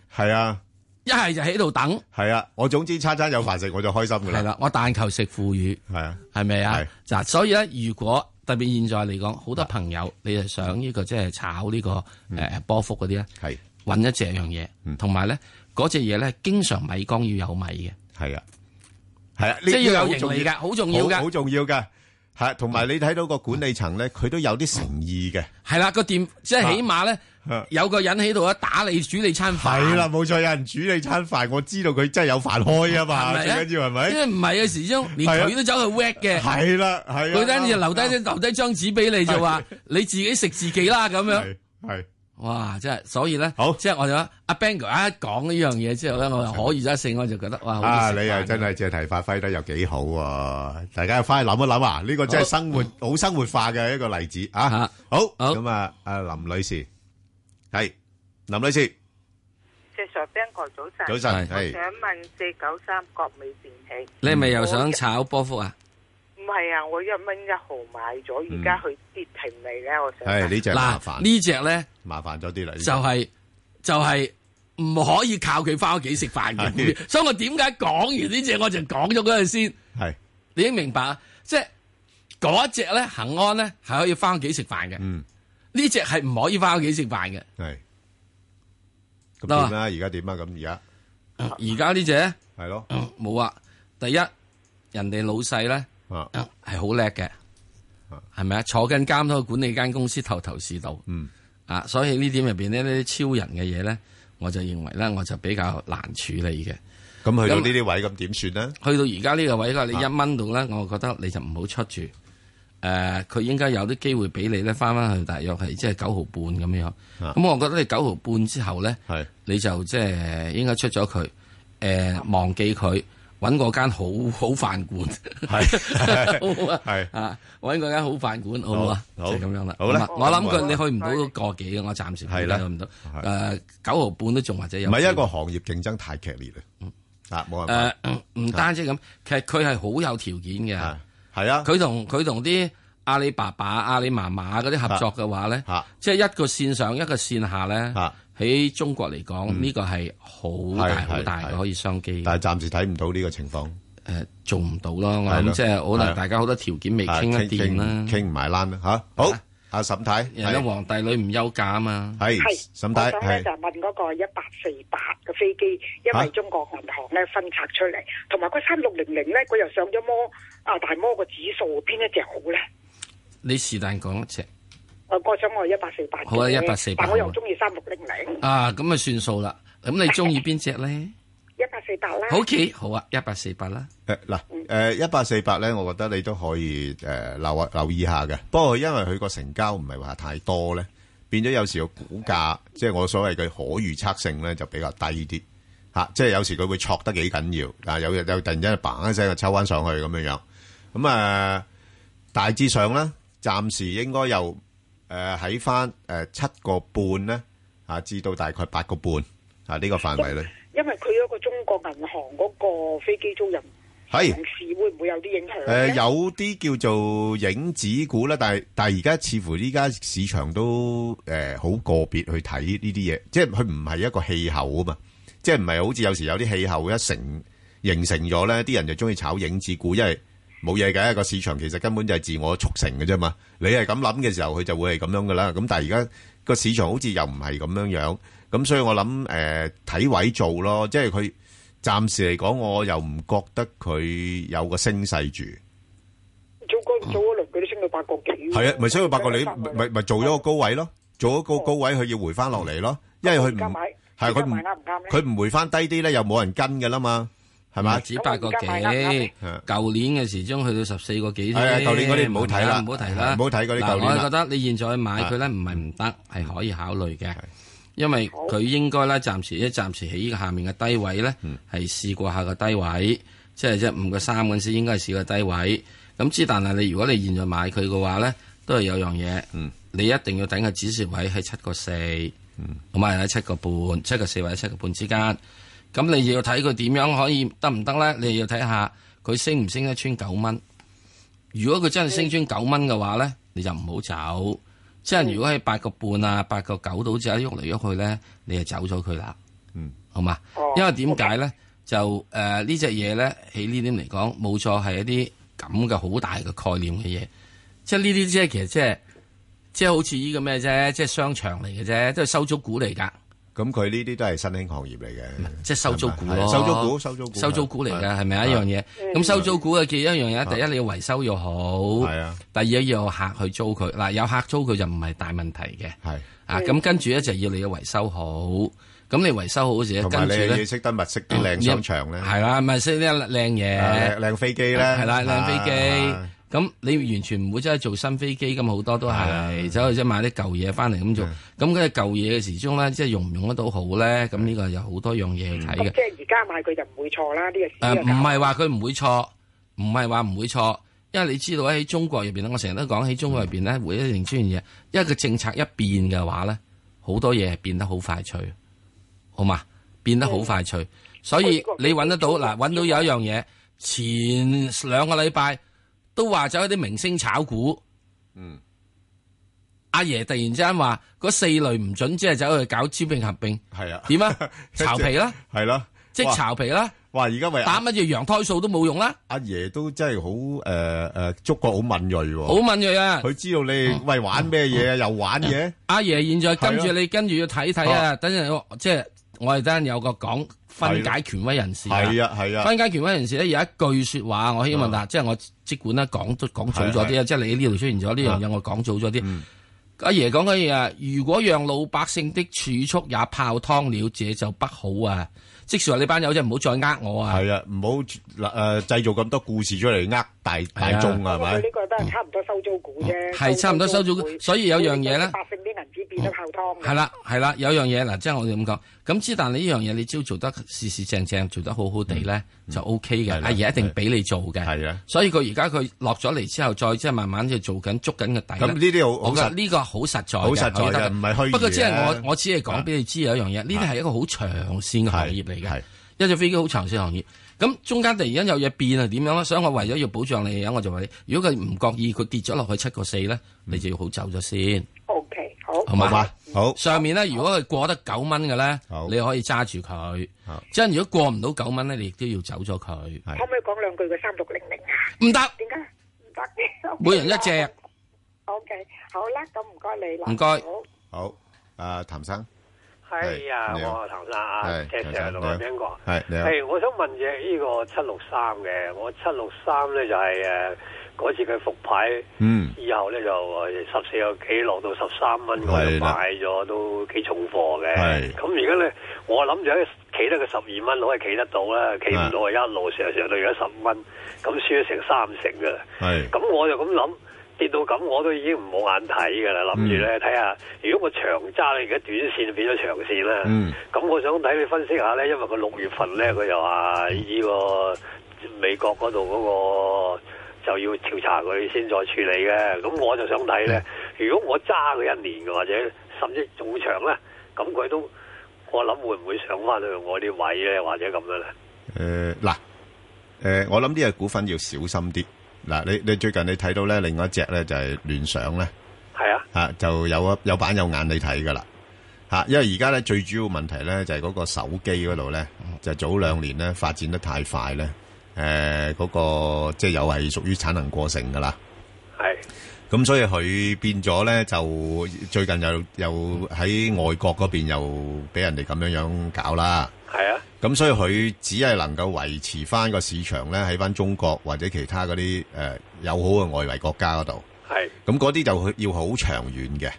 [SPEAKER 5] 一係就喺度等，
[SPEAKER 4] 係啊，係啊，我總之餐餐有飯食我就開心㗎啦，
[SPEAKER 5] 係啦，我但求食腐乳。系咪啊
[SPEAKER 4] 係？
[SPEAKER 5] 嗱，所以咧，如果特別現在嚟講，好多朋友你係想呢、個即係炒呢、個誒波幅嗰啲咧，
[SPEAKER 4] 係啊，係，係啊，
[SPEAKER 5] 揾一隻樣嘢，
[SPEAKER 4] 嗯
[SPEAKER 5] 同埋咧嗰隻嘢咧，經常米缸要有米嘅，
[SPEAKER 4] 係啊，呢-
[SPEAKER 5] 即係要
[SPEAKER 4] 呢個好
[SPEAKER 5] 有盈利
[SPEAKER 4] 重要。
[SPEAKER 5] 㗎，好重要
[SPEAKER 4] 好
[SPEAKER 5] 㗎。
[SPEAKER 4] 重要嘅，系同埋你睇到個管理層咧，佢都有啲誠意嘅，
[SPEAKER 5] 係啦，個店即係起碼咧
[SPEAKER 4] 啊
[SPEAKER 5] 有個人喺度一打你煮你餐飯，
[SPEAKER 4] 係啦，，冇錯，有人煮你餐飯，我知道佢真係有飯開啊嘛，
[SPEAKER 5] 係咪啊
[SPEAKER 4] 最緊要係
[SPEAKER 5] 因
[SPEAKER 4] 咪？
[SPEAKER 5] 為唔係嘅時鐘，連
[SPEAKER 4] 係啊
[SPEAKER 5] 佢都走去 whack 嘅，
[SPEAKER 4] 係啊啦，係啦，
[SPEAKER 5] 佢跟住留低留低張紙俾你就話你自己食自己啦咁樣。
[SPEAKER 4] 係係
[SPEAKER 5] 哇！真係，所以咧，
[SPEAKER 4] 好
[SPEAKER 5] 即係我就話阿 Bang 哥一講呢樣嘢之後咧，我就可以一性我就覺得哇，好
[SPEAKER 4] 啊，
[SPEAKER 5] 似食
[SPEAKER 4] 你又
[SPEAKER 5] 飯
[SPEAKER 4] 真係借題發揮得又幾好喎！大家翻去諗一諗啊，呢個真係生活好生活化嘅一個例子啊
[SPEAKER 5] 啊！
[SPEAKER 4] 好，
[SPEAKER 5] 好
[SPEAKER 4] 咁啊，阿林女士係林女士，
[SPEAKER 9] 石 Sir Ben 哥早晨，
[SPEAKER 4] 早晨，
[SPEAKER 9] 我
[SPEAKER 4] 係
[SPEAKER 9] 想問四九三國美電器，
[SPEAKER 5] 你係咪又想炒波幅啊？
[SPEAKER 9] 唔係啊，我一蚊一毫買咗，而家佢跌停未咧？我想
[SPEAKER 4] 係呢只麻
[SPEAKER 5] 嗱，
[SPEAKER 4] 煩
[SPEAKER 5] 呢只咧
[SPEAKER 4] 麻煩咗啲啦，呢隻
[SPEAKER 5] 就係就係唔可以靠佢翻屋企食飯
[SPEAKER 4] 係
[SPEAKER 5] 嘅，所以我點解講完呢只我就講咗嗰陣先，
[SPEAKER 4] 係
[SPEAKER 5] 你已經明白啊？即係嗰一隻咧，恒安咧係可以翻屋企食飯嘅，
[SPEAKER 4] 嗯。
[SPEAKER 5] 呢只係唔可以翻屋企食飯嘅。
[SPEAKER 4] 係。咁
[SPEAKER 5] 得啊。
[SPEAKER 4] 點啦？而家點啊？咁而家？係咯。
[SPEAKER 5] 而家呢只
[SPEAKER 4] 嗯
[SPEAKER 5] 冇啊，第一人哋老細咧。
[SPEAKER 4] 嗯
[SPEAKER 5] 係好叻嘅
[SPEAKER 4] 啊，
[SPEAKER 5] 係咪啊？坐緊監都管理間公司頭頭是道，
[SPEAKER 4] 啊，嗯，係。
[SPEAKER 5] 啊，所以呢點入邊呢呢啲超人嘅嘢咧，我就認為咧，我就比較難處理嘅。
[SPEAKER 4] 咁去到呢啲位，咁點算呢？
[SPEAKER 5] 去到而家呢個位咧，你
[SPEAKER 4] 啊
[SPEAKER 5] 一蚊度咧，我覺得你就唔好出住。誒、佢應該有啲機會俾你咧，翻翻去大約係即係九毫半咁樣。咁、
[SPEAKER 4] 啊
[SPEAKER 5] 我覺得你九毫半之後咧， 你就即係呃應該出咗佢，誒、呃忘記佢，揾嗰間好好飯館。好 唔好啊，
[SPEAKER 4] 係
[SPEAKER 5] 啊，揾嗰間好飯館，好唔好啊？
[SPEAKER 4] 好
[SPEAKER 5] 就係咁樣啦。
[SPEAKER 4] 好啦
[SPEAKER 5] 咁啊我諗
[SPEAKER 4] 咁啊
[SPEAKER 5] 佢你去唔到個幾嘅，啊我暫時
[SPEAKER 4] 係啦
[SPEAKER 5] 去唔到。
[SPEAKER 4] 係
[SPEAKER 5] 誒，九毫半都仲或者有。嗯
[SPEAKER 4] 唔係，因為個行業競爭太劇烈啦。啊，冇辦法。
[SPEAKER 5] 誒，呃唔單止咁，其實佢係好有條件嘅。
[SPEAKER 4] 係。係啊。
[SPEAKER 5] 佢同佢同啲阿里爸爸、阿里媽媽嗰啲合作嘅話咧，
[SPEAKER 4] 啊
[SPEAKER 5] 即係一個線上一個線下咧，
[SPEAKER 4] 嚇，嚇。但係
[SPEAKER 5] 喺中
[SPEAKER 4] 暫時睇唔到呢個情況，
[SPEAKER 5] 國嚟講，呢個係好大
[SPEAKER 4] 係
[SPEAKER 5] 好大
[SPEAKER 4] 係
[SPEAKER 5] 嘅可以商機嘅。誒，做唔到咯，我
[SPEAKER 4] 係咯
[SPEAKER 5] 諗即係可
[SPEAKER 4] 係啊
[SPEAKER 5] 能大家好多條件未傾
[SPEAKER 4] 啊，
[SPEAKER 5] 得掂啦。
[SPEAKER 4] 傾-傾-傾唔埋欄啦，嚇。好，阿沈太，
[SPEAKER 5] 人哋皇帝女唔休假啊嘛。
[SPEAKER 4] 係，係，
[SPEAKER 9] 係，
[SPEAKER 4] 沈太，
[SPEAKER 9] 我想咧
[SPEAKER 4] 係，
[SPEAKER 9] 就問嗰個一八四八嘅飛機，因
[SPEAKER 4] 啊
[SPEAKER 9] 為中國銀行咧分拆出嚟，同埋嗰三六零零咧，佢又上咗摩啊大摩個指數，邊一隻好咧？
[SPEAKER 5] 你是但講一隻
[SPEAKER 9] 我我想我一八四八，
[SPEAKER 5] 好啊1848
[SPEAKER 9] 但我又
[SPEAKER 5] 好啊
[SPEAKER 9] 中意三六零零
[SPEAKER 5] 啊，咁啊算數啦。咁你中意邊只咧？
[SPEAKER 9] 一八四八啦。
[SPEAKER 5] 好嘅，好啊，一八四八啦。
[SPEAKER 4] 呃誒，嗱，誒，18448呢，我覺得你都可以，誒，留-留意下嘅。不過因為佢個成交唔係話太多呢，變咗有時個股價，即係我所謂嘅可預測性呢，就比較低啲，嚇，即係有時佢會挫得幾緊要，啊，有-呃呃有突然間就嘭一聲就抽返上去咁樣樣。咁，誒，大致上呢，暫時應該有，誒，喺返，誒，七個半呢，啊，至到大概八個半，啊，呢個範圍呢。
[SPEAKER 9] 因為佢嗰個中國銀行嗰個飛機租賃
[SPEAKER 4] 係
[SPEAKER 9] 上市會唔會有啲影響
[SPEAKER 4] 誒、
[SPEAKER 9] 咧？
[SPEAKER 4] 有啲叫做影子股啦，但係但係而家似乎呢家市場都誒好、個別去睇呢啲嘢，即係佢唔係一個氣候啊嘛，即係唔係好似有時有啲氣候一成形成咗咧，啲人就中意炒影子股，因為冇嘢嘅個市場其實根本就係自我促成嘅啫嘛。你係咁諗嘅時候，佢就會係咁樣噶啦。咁但係而家個市場好似又唔係咁樣樣，咁所以我諗誒睇位做咯，即係佢暫時嚟講，我又唔覺得佢有個升勢住。
[SPEAKER 9] 早嗰早嗰輪佢都升到八個幾喎。
[SPEAKER 4] 係啊，咪所以八個你
[SPEAKER 9] 八個
[SPEAKER 4] 咪咪做咗個高位咯，做咗個高位佢要回翻落嚟咯，因為佢
[SPEAKER 9] 而家
[SPEAKER 4] 唔
[SPEAKER 9] 買
[SPEAKER 4] 係佢唔
[SPEAKER 9] 而家買啱唔啱咧
[SPEAKER 4] 佢唔回翻低啲咧，又冇人跟噶啦嘛，係咪？
[SPEAKER 5] 只八個幾，
[SPEAKER 9] 咁而家買啱未
[SPEAKER 5] 舊年嘅時鐘去到十四個幾
[SPEAKER 4] 係啊
[SPEAKER 5] 啫。
[SPEAKER 4] 舊年嗰啲唔好睇啦
[SPEAKER 5] 唔好睇啦，
[SPEAKER 4] 唔好睇嗰啲
[SPEAKER 5] 嗱
[SPEAKER 4] 舊年啦
[SPEAKER 5] 我覺得你現在去買佢咧，唔係唔得，係可以考慮嘅。因為佢應該咧，暫時一暫時喺呢個下面嘅低位咧，
[SPEAKER 4] 嗯
[SPEAKER 5] 係試過下個低位，即係即係五個三嗰陣時應該係試個低位。咁之但係你如果你現在買佢嘅話咧，都係有樣嘢，
[SPEAKER 4] 嗯
[SPEAKER 5] 你一定要等個指示位喺七個四，
[SPEAKER 4] 嗯
[SPEAKER 5] 同埋喺七個半、七個四或者七個半之間。咁你要睇佢點樣可以得唔得咧？你要睇下佢升唔升得穿九蚊。如果佢真係升穿九蚊嘅話咧，你就唔好走。即
[SPEAKER 4] 嗯
[SPEAKER 5] 係如果喺八個半啊、八個九度之後喐嚟喐去咧，你就走咗佢啦。
[SPEAKER 4] 嗯，
[SPEAKER 5] 好嘛？因為點解咧？就誒呢只嘢咧，喺呢點嚟講，冇錯係一啲咁嘅好大嘅概念嘅嘢。即係呢啲即係其實即係即係好似呢個咩啫，即係商場嚟嘅啫，都係收租股嚟㗎。
[SPEAKER 4] 咁佢呢啲都係新興行業嚟嘅，
[SPEAKER 5] 即係收租股
[SPEAKER 4] 係
[SPEAKER 5] 咯，
[SPEAKER 4] 咪收租股，收租股，
[SPEAKER 5] 收租股嚟嘅，係咪啊一樣嘢？咁收租股嘅記一樣嘢，第一你要維修要好，
[SPEAKER 4] 係啊，
[SPEAKER 5] 第二要有客去租佢。嗱，有客租佢就唔係大問題嘅，
[SPEAKER 4] 係，
[SPEAKER 5] 啊，咁跟住咧就要你要維修好，咁你維修好嘅時候
[SPEAKER 4] 同
[SPEAKER 5] 跟
[SPEAKER 4] 埋
[SPEAKER 5] 住
[SPEAKER 4] 你要
[SPEAKER 5] 咧
[SPEAKER 4] 識得物色啲靚商場啊咧，
[SPEAKER 5] 係啦，咪先啲靚
[SPEAKER 4] 誒靚
[SPEAKER 5] 嘢，
[SPEAKER 4] 靚飛機咧，
[SPEAKER 5] 係啦，靚飛機
[SPEAKER 4] 啊。
[SPEAKER 5] 咁你完全唔會真係做新飛機咁，好多都係走去即係買啲舊嘢翻嚟咁做。咁佢舊嘢嘅時鐘咧，即係用唔用得到好咧？咁呢個有好多樣嘢去睇嘅
[SPEAKER 9] 嗯咁。即係而家買佢就唔會錯啦，呢個市
[SPEAKER 5] 誒，唔係
[SPEAKER 9] 話
[SPEAKER 5] 話佢唔會錯，唔係話唔會錯，因為你知道喺中國入邊咧，我成日都講喺中國入邊咧，會一定出現嘢，因為個政策一變嘅話咧，好多嘢係變得好快脆，好嘛？變得好快脆，所以你揾得到嗱，揾到有一樣嘢，前兩個禮拜都話走一啲明星炒股，
[SPEAKER 4] 嗯，
[SPEAKER 5] 阿爺突然之間話嗰四類唔準，即係走去搞招聘合併，
[SPEAKER 4] 係啊，
[SPEAKER 5] 點 啊？巢皮啦，
[SPEAKER 4] 係咯，
[SPEAKER 5] 即
[SPEAKER 4] 哇
[SPEAKER 5] 巢皮啦，
[SPEAKER 4] 哇！而家喂
[SPEAKER 5] 打
[SPEAKER 4] 阿
[SPEAKER 5] 乜嘢羊胎素都冇用啦。
[SPEAKER 4] 阿爺都真係好誒誒，觸覺好敏鋭
[SPEAKER 5] 好
[SPEAKER 4] 喎，
[SPEAKER 5] 敏鋭啊！
[SPEAKER 4] 哦佢知道你喂玩咩嘢啊，又玩嘢，
[SPEAKER 5] 阿爺現在跟
[SPEAKER 4] 係
[SPEAKER 5] 住
[SPEAKER 4] 啊哦
[SPEAKER 5] 你，跟住要睇睇啊！等陣我即係我哋等陣有個講分解權威人士
[SPEAKER 4] 係啊係啊，
[SPEAKER 5] 分解權威人士咧有一句説話，我希望嗱，即係我即管咧講都講早咗啲啊啊！即係啊你呢度出現咗呢樣嘢，我講早咗啲。阿爺講嘅嘢啊，如果讓老百姓的儲蓄也泡湯了，這就不好啊！即是話你班友仔唔好再呃我啊！
[SPEAKER 4] 係啊，唔好嗱誒製造咁多故事出嚟呃大大眾啊，係
[SPEAKER 9] 佢
[SPEAKER 4] 咪？
[SPEAKER 9] 呢個都係差唔多收租股啫，
[SPEAKER 5] 係差唔多收租股所以有樣嘢呢
[SPEAKER 9] 百姓啲銀紙變得泡湯嘅。
[SPEAKER 5] 係啦，係啦，有樣嘢嗱，即係我哋咁講，咁之但你呢樣嘢，你只要做得事事正正，做得好好地咧，就 O K 嘅
[SPEAKER 4] 嗯係。啦
[SPEAKER 5] 阿爺一定俾你做嘅。
[SPEAKER 4] 係啊，
[SPEAKER 5] 所以佢而家佢落咗嚟之後，再即係慢慢去做緊捉緊個底
[SPEAKER 4] 咁呢
[SPEAKER 5] 呢
[SPEAKER 4] 啲好
[SPEAKER 5] 我
[SPEAKER 4] 好
[SPEAKER 5] 覺得
[SPEAKER 4] 實
[SPEAKER 5] 呢個好實在嘅，
[SPEAKER 4] 好實在
[SPEAKER 5] 可以得
[SPEAKER 4] 嘅，唔係虛擬
[SPEAKER 5] 不過只係
[SPEAKER 4] 嘅
[SPEAKER 5] 我我只係講俾你知有一樣嘢，呢啲係一個好長線嘅行業嚟嘅
[SPEAKER 4] 係，
[SPEAKER 5] 一隻飛機好長線行業。咁中間突然間有嘢變係點樣咧？所以我為咗要保障你嘅嘢，我就話你，如果佢唔覺意佢跌咗落去七個四咧，
[SPEAKER 4] 嗯
[SPEAKER 5] 你就要好走咗先。
[SPEAKER 9] O K，好，
[SPEAKER 5] 好嘛
[SPEAKER 4] 好嘛，好
[SPEAKER 5] 上面咧，如果佢過得九蚊嘅咧
[SPEAKER 4] 好，
[SPEAKER 5] 你可以揸住佢
[SPEAKER 4] 好。
[SPEAKER 5] 即係如果過唔到九蚊咧，你亦都要走咗佢。
[SPEAKER 4] 係
[SPEAKER 9] 可唔可以講兩句嘅三六零零啊？
[SPEAKER 5] 唔得，
[SPEAKER 9] 點解唔得？
[SPEAKER 5] 每人一 隻。
[SPEAKER 9] O K，好啦，咁唔該你啦，
[SPEAKER 5] 唔該
[SPEAKER 9] 好
[SPEAKER 4] 好，阿譚生
[SPEAKER 7] 係啊，
[SPEAKER 4] 係你好
[SPEAKER 7] 我啊譚生啊
[SPEAKER 4] 係，
[SPEAKER 7] 石
[SPEAKER 4] 譚生
[SPEAKER 7] Sir 同
[SPEAKER 4] 你好
[SPEAKER 7] 埋邊個？
[SPEAKER 4] 係啊你好
[SPEAKER 7] 係，我想問嘅呢個七六三嘅，我七六三咧就係誒嗰次佢復牌，
[SPEAKER 4] 嗯，
[SPEAKER 7] 以後咧就十四個幾落到十三蚊，我
[SPEAKER 4] 係
[SPEAKER 7] 就
[SPEAKER 4] 啦
[SPEAKER 7] 買咗都幾重貨嘅
[SPEAKER 4] 係。
[SPEAKER 7] 咁而家咧，我諗住企得個十二蚊，可以企得到啦，企唔到啊一路上上到而家十蚊，咁輸咗成三成㗎啦。
[SPEAKER 4] 係
[SPEAKER 7] 咁我就咁諗，跌到咁我都已經唔冇眼睇㗎啦，諗住咧睇下，如果我長揸咧，而家短線變咗長線啦。
[SPEAKER 4] 嗯
[SPEAKER 7] 咁、我想睇你分析下咧，因為佢六月份咧，佢又話呢個美國嗰度嗰個就要調查佢先再處理嘅。咁我就想睇咧，如果我揸佢一年嘅或者甚至仲長咧，咁佢都我諗會唔會上翻去我啲位咧，或者咁樣咧？
[SPEAKER 4] 誒嗱誒，我諗呢只股份要小心啲。嗱，你你最近你睇到咧，另外一隻咧就係聯想咧。
[SPEAKER 7] 係啊，
[SPEAKER 4] 啊，就有有板有眼你睇噶啦。吓，因為而家咧最主要問題咧就係嗰個手機嗰度咧，就早兩年咧發展得太快咧，诶、嗰、個即係又係屬於產能過剩噶啦。咁所以佢變咗咧，就最近又又喺外國嗰邊又俾人哋咁樣樣搞啦。
[SPEAKER 7] 啊
[SPEAKER 4] 咁所以佢只係能夠維持翻個市場咧，喺翻中國或者其他嗰啲誒友好嘅外圍國家嗰度。咁嗰啲就去要好長遠嘅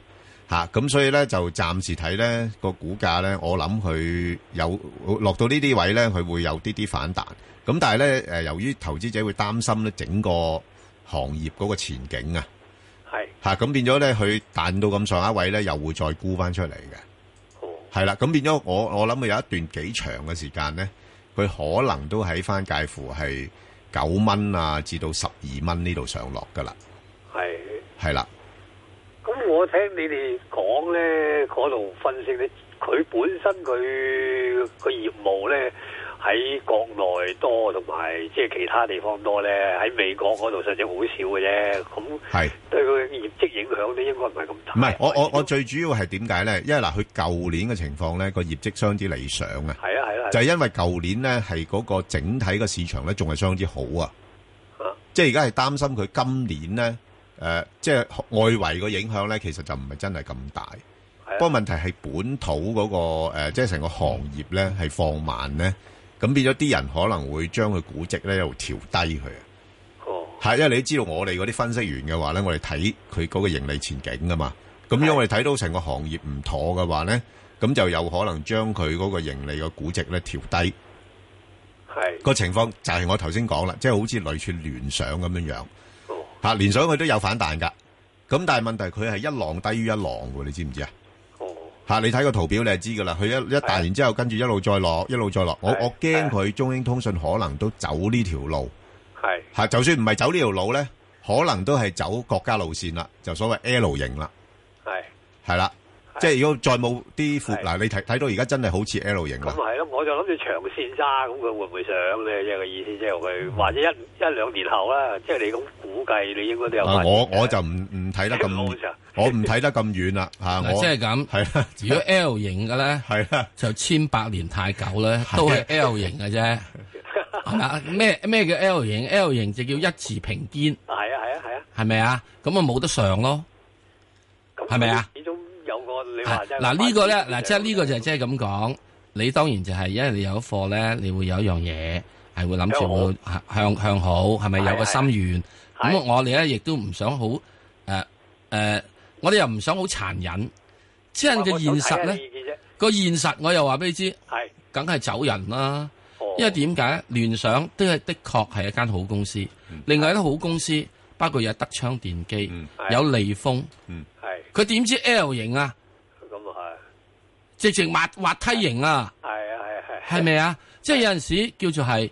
[SPEAKER 4] 嚇。咁、所以咧就暫時睇咧個股價咧，我諗佢有落到呢啲位咧，佢會有啲啲反彈。咁但係咧誒，由於投資者會擔心咧整個行業嗰個前景啊。吓咁變咗咧，佢彈到咁上下位咧，又會再沽翻出嚟嘅。係啦，咁變咗我我諗佢有一段幾長嘅時間咧，佢可能都喺翻介乎係九蚊啊至到十二蚊呢度上落噶啦，係啦，
[SPEAKER 7] 咁我聽你哋講咧，嗰度分析咧，佢本身佢個業務咧喺國內多，同埋即係其他地方多咧，喺美國嗰度實際好少嘅啫。咁
[SPEAKER 4] 係。
[SPEAKER 7] 對佢業績影響咧，應該唔係咁大。
[SPEAKER 4] 唔係，我我我最主要係點解咧？因為嗱，佢舊年嘅情況咧，個業績相之理想啊。
[SPEAKER 7] 係啊係啊係啊
[SPEAKER 4] 就係因為舊年咧係嗰個整體嘅市場咧，仲係相之好啊。即係而家係擔心佢今年咧，誒、即係外圍個影響咧，其實就唔係真係咁大。不過問題係本土嗰、個、呃、即係成個行業咧係放慢咧，咁變咗啲人可能會將佢估值咧又調低佢啊。
[SPEAKER 7] 哦
[SPEAKER 4] 係，因為你知道我哋嗰啲分析員嘅話咧，我哋睇佢嗰個盈利前景噶嘛。咁因為我哋睇到成個行業唔妥嘅話咧，咁就有可能將佢嗰個盈利嘅估值咧調低。
[SPEAKER 7] 係
[SPEAKER 4] 個情況就係我頭先講啦，即係好似類似聯想咁樣樣。嚇、聯想佢都有反彈㗎。咁但係問題佢係一浪低於一浪喎，你知唔知啊？
[SPEAKER 7] 哦
[SPEAKER 4] 嚇！你睇個圖表你就知㗎啦，佢一一彈完之後，跟住一路再落，一路再落。我我驚佢中英通訊可能都走呢條路。
[SPEAKER 7] 係
[SPEAKER 4] 吓，就算唔係走呢條路咧，可能都係走國家路線啦，就所謂 L 型啦，
[SPEAKER 7] 係。
[SPEAKER 4] 係哦啦，即係如果再冇啲負嗱，你睇睇到而家真係好似 L 型
[SPEAKER 7] 咁
[SPEAKER 4] 啦，
[SPEAKER 7] 係咯，我就諗住長線揸，咁佢會唔會上咧？即係個意思，即係
[SPEAKER 4] 嗯
[SPEAKER 7] 佢或者一一兩年後啦，即係你咁估計，你應該都有
[SPEAKER 4] 啊
[SPEAKER 7] 發展嘅。
[SPEAKER 4] 我我就唔唔睇得咁，我唔睇得咁遠啦吓，
[SPEAKER 5] 嗱
[SPEAKER 4] 我
[SPEAKER 5] 即係咁
[SPEAKER 4] 啊係啦，
[SPEAKER 5] 如果 L 型嘅咧，
[SPEAKER 4] 係啦，
[SPEAKER 5] 就千百年太久咧，都係 L 型嘅啫。係嘛？咩咩叫 L 型？L 型就叫一字平肩，
[SPEAKER 7] 係啊係啊係啊，
[SPEAKER 5] 係咪啊？咁啊冇得上咯，
[SPEAKER 7] 咁
[SPEAKER 5] 係咪啊？
[SPEAKER 7] 始終有個你
[SPEAKER 5] 啊
[SPEAKER 7] 話真係
[SPEAKER 5] 嗱呢個咧，嗱即係呢
[SPEAKER 7] 個
[SPEAKER 5] 個就即係咁講，你當然就係因為你有貨咧，你會有一樣嘢係會諗住會向向向好，係咪有個心願？咁我哋咧亦都唔想好誒誒，我哋又唔想好殘忍，即係個現實咧，
[SPEAKER 7] 咧，
[SPEAKER 5] 個現實我又話俾你知，
[SPEAKER 7] 係
[SPEAKER 5] 梗係走人
[SPEAKER 7] 哦
[SPEAKER 5] 啦。因為點解聯想都係的確係一間好公司，
[SPEAKER 7] 嗯
[SPEAKER 5] 另外一啲好公司包括有德昌電機、
[SPEAKER 4] 嗯
[SPEAKER 5] 有利豐，
[SPEAKER 7] 係
[SPEAKER 5] 佢點知 L 型啊？
[SPEAKER 7] 咁啊
[SPEAKER 5] 直情滑滑梯型啊，
[SPEAKER 7] 係係啊係係
[SPEAKER 5] 係咪啊？即係有阵时叫做係，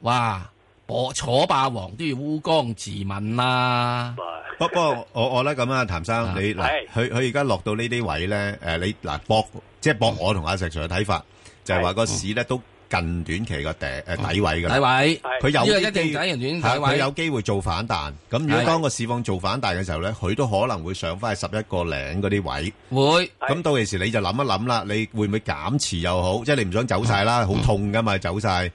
[SPEAKER 5] 哇，我楚霸王都要烏江自刎啦。
[SPEAKER 4] 不不過我我咧咁啊，譚生你嗱
[SPEAKER 5] 係，
[SPEAKER 4] 佢佢而家落到呢啲位咧，誒你嗱博即係博我同阿石 Sir 嘅睇法，就係話個市咧都近短期個底
[SPEAKER 5] 哦
[SPEAKER 4] 誒底位㗎啦，
[SPEAKER 5] 底位
[SPEAKER 4] 佢有
[SPEAKER 5] 呢個
[SPEAKER 4] 啲
[SPEAKER 5] 一定
[SPEAKER 4] 機
[SPEAKER 5] 底人短
[SPEAKER 4] 係
[SPEAKER 5] 底位
[SPEAKER 4] 佢有機會做反彈。咁如果
[SPEAKER 5] 係
[SPEAKER 4] 當個市況做反彈嘅時候咧，佢都可能會上翻去十一個零嗰啲位。
[SPEAKER 5] 會
[SPEAKER 4] 咁到時你就諗一諗啦，你會唔會減持又好？即係你唔想走晒啦，好痛噶嘛，走晒。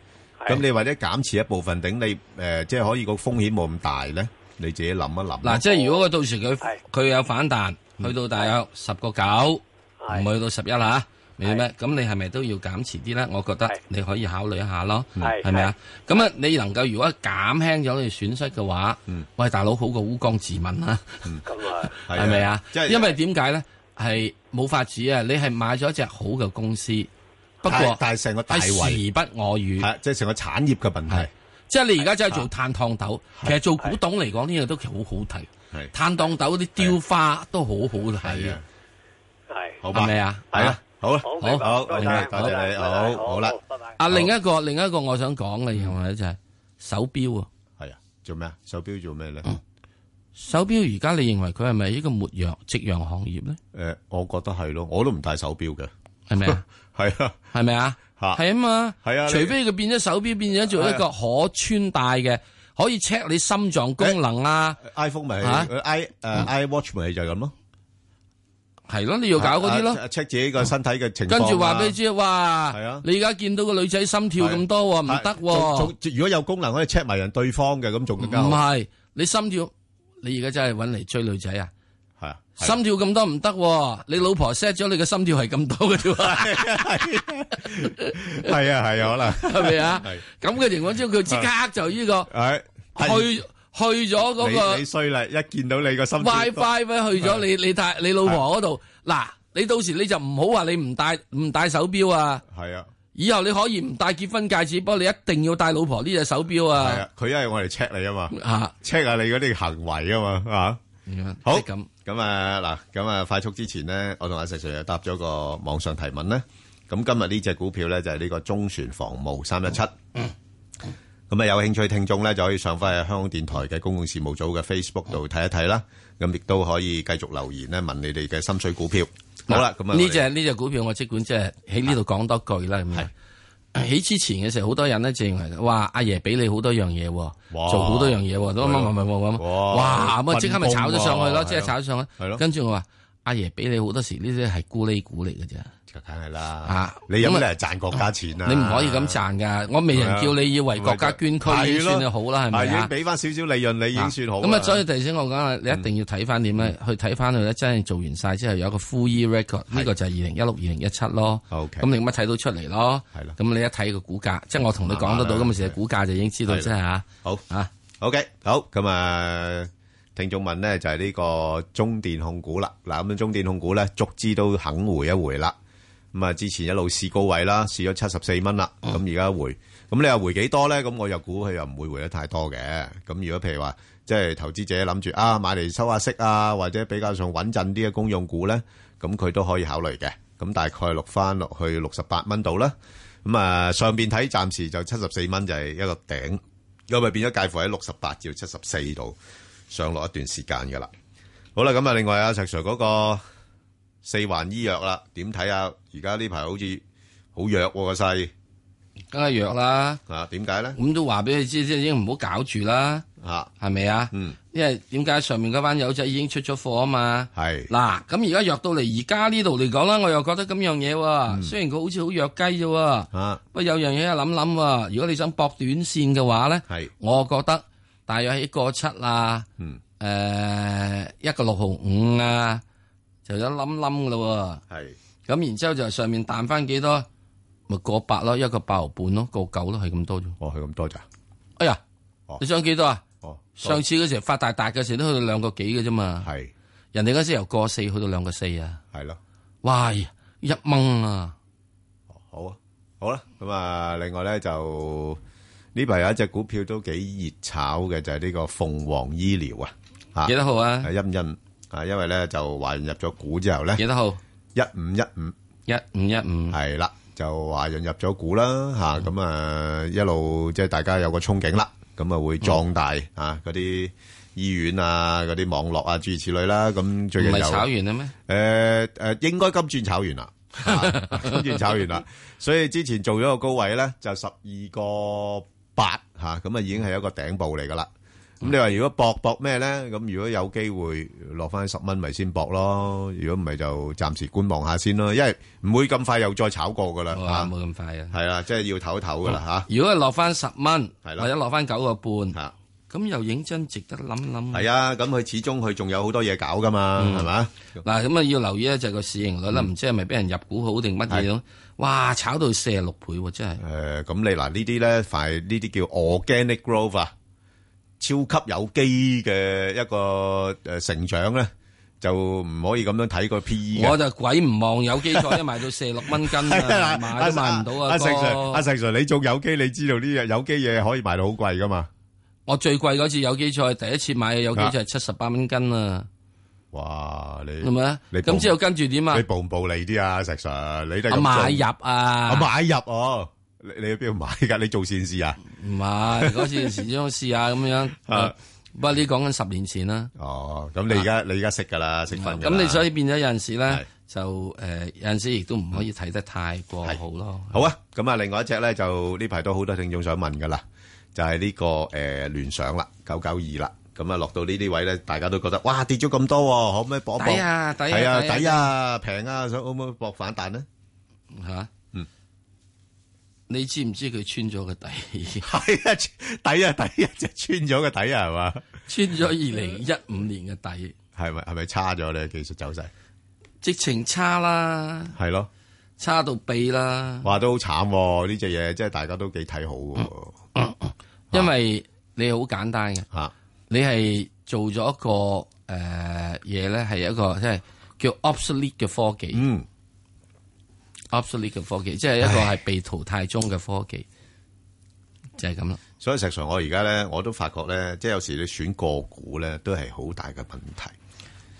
[SPEAKER 4] 咁你或者減持一部分，頂你誒，即係可以個風險冇咁大咧，你自己諗一諗。
[SPEAKER 5] 嗱，即係如果佢到時佢佢有反彈，
[SPEAKER 4] 嗯
[SPEAKER 5] 去到大約十個九，唔去到十一啦嚇明咩？咁你係咪都要減持啲咧？我覺得你可以考慮一下咯，
[SPEAKER 7] 係
[SPEAKER 5] 係咪啊？咁啊，你能夠如果減輕咗你損失嘅話，
[SPEAKER 4] 嗯
[SPEAKER 5] 喂大佬好過烏江自刎啦，
[SPEAKER 7] 咁啊
[SPEAKER 4] 係
[SPEAKER 5] 係咪啊
[SPEAKER 4] 即係？
[SPEAKER 5] 因為點解咧？係冇法子啊！你係買咗一隻好嘅公司，不
[SPEAKER 4] 但係
[SPEAKER 5] 過
[SPEAKER 4] 但係成個大
[SPEAKER 5] 係時
[SPEAKER 4] 圍
[SPEAKER 5] 不我與。
[SPEAKER 4] 係即係成個產業嘅問題。
[SPEAKER 5] 即係你而家真係做炭燙豆，其實做古董嚟講呢樣都其實好好睇
[SPEAKER 4] 係。
[SPEAKER 5] 炭燙豆啲雕花都好好睇嘅，
[SPEAKER 7] 係
[SPEAKER 4] 好吧
[SPEAKER 5] 係咪啊？
[SPEAKER 4] 係啦，啊好啦，
[SPEAKER 7] 好
[SPEAKER 5] 好
[SPEAKER 4] 好，
[SPEAKER 7] 多
[SPEAKER 4] 咁
[SPEAKER 7] 謝
[SPEAKER 4] 啊多謝你，好好啦，
[SPEAKER 7] 拜拜。
[SPEAKER 5] 啊，另一個另一個我想講嘅樣嘢就係手錶啊，
[SPEAKER 4] 係啊，做咩啊？手錶做咩咧？
[SPEAKER 5] 手錶而家你認為佢係咪一個末陽夕陽行業咧？
[SPEAKER 4] 誒，我覺得係咯，我都唔戴手錶嘅，
[SPEAKER 5] 係 咪啊？
[SPEAKER 4] 係啊，
[SPEAKER 5] 係咪啊？
[SPEAKER 4] 嚇
[SPEAKER 5] 係啊嘛，
[SPEAKER 4] 係啊你啊
[SPEAKER 5] 除非佢變咗手錶變咗做一個可穿戴嘅，可以 check 你心臟功能啦，啊
[SPEAKER 4] iPhone 咪
[SPEAKER 5] 嚇
[SPEAKER 4] i 誒啊 iWatch 咪就係咁咯，
[SPEAKER 5] 係咯，你要搞嗰啲咯。
[SPEAKER 4] ，check 自己個身體嘅情況啦。
[SPEAKER 5] 跟住話俾你知，哇
[SPEAKER 4] 係啊！
[SPEAKER 5] 你而家見到個女仔心跳咁多喎，唔得
[SPEAKER 4] 仲-
[SPEAKER 5] 喎。
[SPEAKER 4] 仲-如果有功能，可以check埋人對方嘅，咁仲更加
[SPEAKER 5] 唔
[SPEAKER 4] 好。
[SPEAKER 5] 係你心跳，你而家真係揾嚟追女仔啊！
[SPEAKER 4] 係啊，
[SPEAKER 5] 心跳咁多唔得喎，你老婆 set 咗你嘅心跳係咁多嘅啫喎，
[SPEAKER 4] 係啊，係啊，可能。係，係，
[SPEAKER 5] 係咪啊？咁嘅情況之下，佢即刻就呢個去去咗嗰
[SPEAKER 4] 你-
[SPEAKER 5] 個
[SPEAKER 4] 你衰啦，一見到你個心跳
[SPEAKER 5] WiFi 咧，去咗你你帶你老婆嗰度。嗱，你到時你就唔好話你唔戴唔戴手錶啊！
[SPEAKER 4] 多。係啊，係啊，
[SPEAKER 5] 以後你可以唔戴結婚戒指，不過你一定要戴老婆呢隻手錶啊！
[SPEAKER 4] 佢因為我哋check你啊嘛，check
[SPEAKER 5] 嚇，
[SPEAKER 4] 下你嗰啲行為啊嘛，啊。好
[SPEAKER 5] 好咁。
[SPEAKER 4] 咁啊嗱，咁啊快速之前呢，我同阿石 Sir 又答咗個網上提問啦。咁今日呢只股票咧就係呢個中船防務三一七。咁啊，有興趣聽眾咧就可以上翻去香港電台嘅公共事務組嘅 Facebook 度睇一睇啦。咁亦都可以繼續留言咧問你哋嘅心水股票。好啦，咁啊啊
[SPEAKER 5] 呢只呢只股票我即管即係喺呢度講多句啦。咁樣喺之前嘅時候，好多人咧就認為哇，阿爺俾你好多樣嘢喎，
[SPEAKER 4] 哇
[SPEAKER 5] 做好多樣嘢喎，咁啊咁咁咁
[SPEAKER 4] 哇
[SPEAKER 5] 哇咁啊即刻咪
[SPEAKER 4] 分工
[SPEAKER 5] 炒咗上去
[SPEAKER 4] 喎
[SPEAKER 5] 咯，即係
[SPEAKER 4] 係咯
[SPEAKER 5] 炒咗上去。
[SPEAKER 4] 係咯
[SPEAKER 5] 跟住我話阿爺俾你好多時呢啲係咕喱股嚟嘅啫，
[SPEAKER 4] 就梗係啦
[SPEAKER 5] 啊，
[SPEAKER 4] 你有
[SPEAKER 5] 咁
[SPEAKER 4] 咩
[SPEAKER 5] 啊
[SPEAKER 4] 嚟賺國家錢啊？
[SPEAKER 5] 你唔可以咁賺㗎。我未人叫你以為國家捐
[SPEAKER 4] 係咯
[SPEAKER 5] 軀已經算你好啦，係咪
[SPEAKER 4] 已經
[SPEAKER 5] 啊？
[SPEAKER 4] 俾翻少少利潤你已經算好啦。嗯
[SPEAKER 5] 咁啊，所以提醒我講啊，你一定要睇翻點咧，去睇翻佢咧，真係做完晒之後有一個 full year record，呢個就係二零一六、二零一七咯。
[SPEAKER 4] OK
[SPEAKER 5] 咁你咪睇到出嚟咯。
[SPEAKER 4] 係啦
[SPEAKER 5] 咁你一睇個股價，即係我同你講得到
[SPEAKER 4] 慢慢啦
[SPEAKER 5] 咁嘅時，股價就已經知道
[SPEAKER 4] 係啦
[SPEAKER 5] 即係嚇
[SPEAKER 4] 好。
[SPEAKER 5] 啊。
[SPEAKER 4] 好，咁，呃，聽眾問呢，就係呢個中電控股啦。嗱，咁中電控股呢，逐支都肯回一回啦。咁啊，之前一路試高位啦，試咗74蚊啦，咁而家回。咁你話回幾多呢？咁我又估佢又唔會回得太多嘅。咁如果譬如話，即係投資者諗住，啊，買嚟收下息啊，或者比較上穩陣啲嘅公用股呢，咁佢都可以考慮嘅。咁大概落返落去68蚊度啦。咁啊，上邊睇，暫時就74蚊就係一個頂。咁咪變咗介乎喺六十八至七十四度上落一段時間噶啦。好啦，咁啊，另外啊，石 Sir 嗰個四環醫藥啦，點睇啊？而家呢排好似好弱喎個勢
[SPEAKER 5] 梗係弱啦。
[SPEAKER 4] 啊？點解咧？
[SPEAKER 5] 咁都話俾佢知，即係已經唔好搞住啦，
[SPEAKER 4] 啊，
[SPEAKER 5] 係咪啊？
[SPEAKER 4] 嗯，
[SPEAKER 5] 因為點解上面嗰班友仔已經出咗貨啊嘛。
[SPEAKER 4] 係
[SPEAKER 5] 嗱，咁而家弱到嚟而家呢度嚟講啦，我又覺得咁樣嘢
[SPEAKER 4] 嗯
[SPEAKER 5] 喎。雖然佢好似好弱雞啫喎。
[SPEAKER 4] 啊，
[SPEAKER 5] 不過有樣嘢要諗諗喎，如果你想搏短線嘅話咧，
[SPEAKER 4] 係
[SPEAKER 5] 我覺得大約喺一個七啊，
[SPEAKER 4] 嗯，
[SPEAKER 5] 誒一個六毫五啊，就有冧冧噶咯
[SPEAKER 4] 係
[SPEAKER 5] 喎。咁然之後就上面彈翻幾多，咪過八咯，一個八毫半咯，過九咯，係咁多啫。
[SPEAKER 4] 哦，佢咁多咋？
[SPEAKER 5] 哎呀
[SPEAKER 4] 哦，
[SPEAKER 5] 你想幾多啊？
[SPEAKER 4] 哦，
[SPEAKER 5] 上次嗰時發大達嘅時都去到兩個幾嘅啫嘛，
[SPEAKER 4] 係
[SPEAKER 5] 人哋嗰時由過四去到兩個四啊，
[SPEAKER 4] 係咯，
[SPEAKER 5] 哇，一蚊啊！
[SPEAKER 4] 好啊，好啦，咁啊，另外咧就呢排有一隻股票都幾熱炒嘅，就係呢個鳳凰醫療啊，啊
[SPEAKER 5] 幾多號啊？
[SPEAKER 4] 係陰陰啊，因為咧就華潤入咗股之後咧
[SPEAKER 5] 幾。多號？
[SPEAKER 4] 一五一五
[SPEAKER 5] 一五一五。
[SPEAKER 4] 系啦，就華潤入咗股啦
[SPEAKER 5] 嗯
[SPEAKER 4] 吓，咁啊一路即係大家有個憧憬啦，咁啊
[SPEAKER 5] 嗯
[SPEAKER 4] 會壯大啊嗰啲醫院啊、嗰啲網絡啊諸如此類啦，咁最
[SPEAKER 5] 唔
[SPEAKER 4] 近
[SPEAKER 5] 係炒
[SPEAKER 4] 有
[SPEAKER 5] 完啦咩？
[SPEAKER 4] 诶诶呃應該金鑽炒完啦。啊金鑽炒完啦，所以之前做咗個高位咧，就十二個八吓，咁啊已經係一個頂部嚟噶啦。咁你話如果搏搏咩咧？咁如果有機會落翻十蚊，咪先搏咯。如果唔係就暫時觀望下先咯，因為唔會咁快又再炒過噶啦。
[SPEAKER 5] 哇，哦
[SPEAKER 4] 吓
[SPEAKER 5] 冇咁快啊！
[SPEAKER 4] 係啦，即係要唞一唞噶啦
[SPEAKER 5] 如果係落翻十蚊，
[SPEAKER 4] 係啦
[SPEAKER 5] 或者落翻九個半，
[SPEAKER 4] 吓吓。
[SPEAKER 5] 咁又認真值得諗諗。
[SPEAKER 4] 係啊，咁佢始終佢仲有好多嘢搞噶嘛，係嘛？
[SPEAKER 5] 嗱，咁啊要留意咧，就係個市盈率啦，
[SPEAKER 4] 嗯
[SPEAKER 5] 唔知係咪俾人入股好定乜嘢咯？哇，炒到四十六倍喎，真係
[SPEAKER 4] 诶，咁你嗱呢啲咧，凡係呢啲叫 organic growth 啊，超級有機嘅一個诶成長咧，就唔可以咁樣睇個 P E 嘅。
[SPEAKER 5] 我就鬼唔望有基礎，一賣 到四十六蚊斤啊，買都買唔到啊！
[SPEAKER 4] 阿石 Sir，
[SPEAKER 5] 哥，
[SPEAKER 4] 阿石 Sir，你做有機，你知道呢樣有機嘢可以賣到好貴噶嘛？
[SPEAKER 5] 我最貴嗰次有基礎，第一次買嘅有基礎係七十八蚊斤啊，
[SPEAKER 4] 哇！你
[SPEAKER 5] 係咪啊？
[SPEAKER 4] 你
[SPEAKER 5] 咁之後
[SPEAKER 4] 後
[SPEAKER 5] 跟住點啊
[SPEAKER 4] 你？暴唔暴利啲啊？石 Sir，你都係
[SPEAKER 5] 啊
[SPEAKER 4] 咁做
[SPEAKER 5] 買入啊！
[SPEAKER 4] 啊買入哦！你你去邊度買㗎？你做善事啊？
[SPEAKER 5] 唔係嗰次時裝試下咁樣，
[SPEAKER 4] 啊
[SPEAKER 5] 啊不過呢講緊十年前啦。
[SPEAKER 4] 哦，咁你而家你而家識㗎啦，識分㗎啦
[SPEAKER 5] 咁你所以變咗有陣時
[SPEAKER 4] 係
[SPEAKER 5] 咧，就誒有陣時亦都唔可以睇得太過好咯。
[SPEAKER 4] 好啊，咁啊，另外一隻咧就呢排都好多聽眾想問噶啦，就係呢個誒聯想啦，九九二啦，咁啊落到呢啲位咧，大家都覺得哇跌咗咁多喎，可唔可以搏一搏？
[SPEAKER 5] 抵啊抵啊
[SPEAKER 4] 係
[SPEAKER 5] 抵啊
[SPEAKER 4] 抵啊，平啊，想可唔可以搏反彈咧？
[SPEAKER 5] 吓，
[SPEAKER 4] 嗯，
[SPEAKER 5] 你知唔知佢穿咗個底？
[SPEAKER 4] 係啊， 抵啊抵啊，就穿咗個底啊，係嘛？
[SPEAKER 5] 穿咗二零一五年嘅底，
[SPEAKER 4] 係咪係咪差咗咧？技術走勢
[SPEAKER 5] 直情差啦，
[SPEAKER 4] 係咯，
[SPEAKER 5] 差到痹啦，
[SPEAKER 4] 哇都好慘喎！呢只嘢真係大家都幾睇好喎
[SPEAKER 5] 因為你好簡單嘅，
[SPEAKER 4] 嚇
[SPEAKER 5] 你係做咗一個诶嘢咧，係一個即係叫 obsolete 嘅科技
[SPEAKER 4] 嗯，
[SPEAKER 5] ，obsolete 嘅科技，即係一個係被淘汰中嘅科技，就係咁啦。
[SPEAKER 4] 所以實上我而家咧我都發覺咧，即係有時你選個股咧都係好大嘅問題。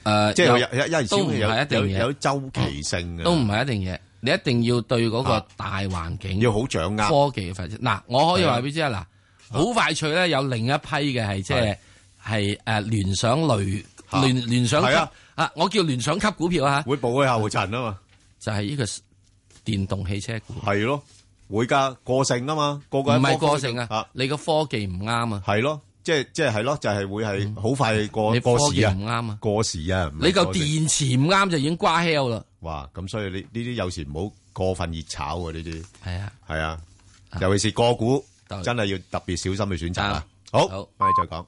[SPEAKER 5] 诶，
[SPEAKER 4] 即係有
[SPEAKER 5] 呃有
[SPEAKER 4] 有有陣時
[SPEAKER 5] 都唔
[SPEAKER 4] 會有
[SPEAKER 5] 係一定
[SPEAKER 4] 有
[SPEAKER 5] 嘢
[SPEAKER 4] 有周期性嘅，
[SPEAKER 5] 都唔係一定嘢，你一定要對嗰個大環境
[SPEAKER 4] 啊要好掌握。
[SPEAKER 5] 科技嘅發展。嗱，我可以話俾你知啊，嗱，好快脆咧有另一批嘅係即係係誒聯想類
[SPEAKER 4] 嚇
[SPEAKER 5] 聯聯想
[SPEAKER 4] 係啊
[SPEAKER 5] 級啊，我叫聯想級股票啊，
[SPEAKER 4] 會報佢後塵啊嘛，
[SPEAKER 5] 就係呢個電動汽車股，
[SPEAKER 4] 係咯，會㗎過剩啊嘛，個
[SPEAKER 5] 唔
[SPEAKER 4] 個
[SPEAKER 5] 係過剩啊
[SPEAKER 4] 啊，，
[SPEAKER 5] 你個科技唔啱啊，
[SPEAKER 4] 係咯，即係即係係咯，就係會係好快過
[SPEAKER 5] 你科
[SPEAKER 4] 過
[SPEAKER 5] 技
[SPEAKER 4] 時
[SPEAKER 5] 唔
[SPEAKER 4] 啊，
[SPEAKER 5] 啱啊，
[SPEAKER 4] 過時啊，唔係
[SPEAKER 5] 你嚿
[SPEAKER 4] 過剩
[SPEAKER 5] 電池唔啱就已經瓜 hell 啦，
[SPEAKER 4] 哇，咁所以呢呢啲有時唔好過分熱炒啊，呢啲
[SPEAKER 5] 係啊，
[SPEAKER 4] 係啊，尤其是個股
[SPEAKER 5] 對
[SPEAKER 4] 真係要特別小心去選擇啊。
[SPEAKER 5] 啊
[SPEAKER 4] 好
[SPEAKER 5] 好，
[SPEAKER 4] 我哋再講。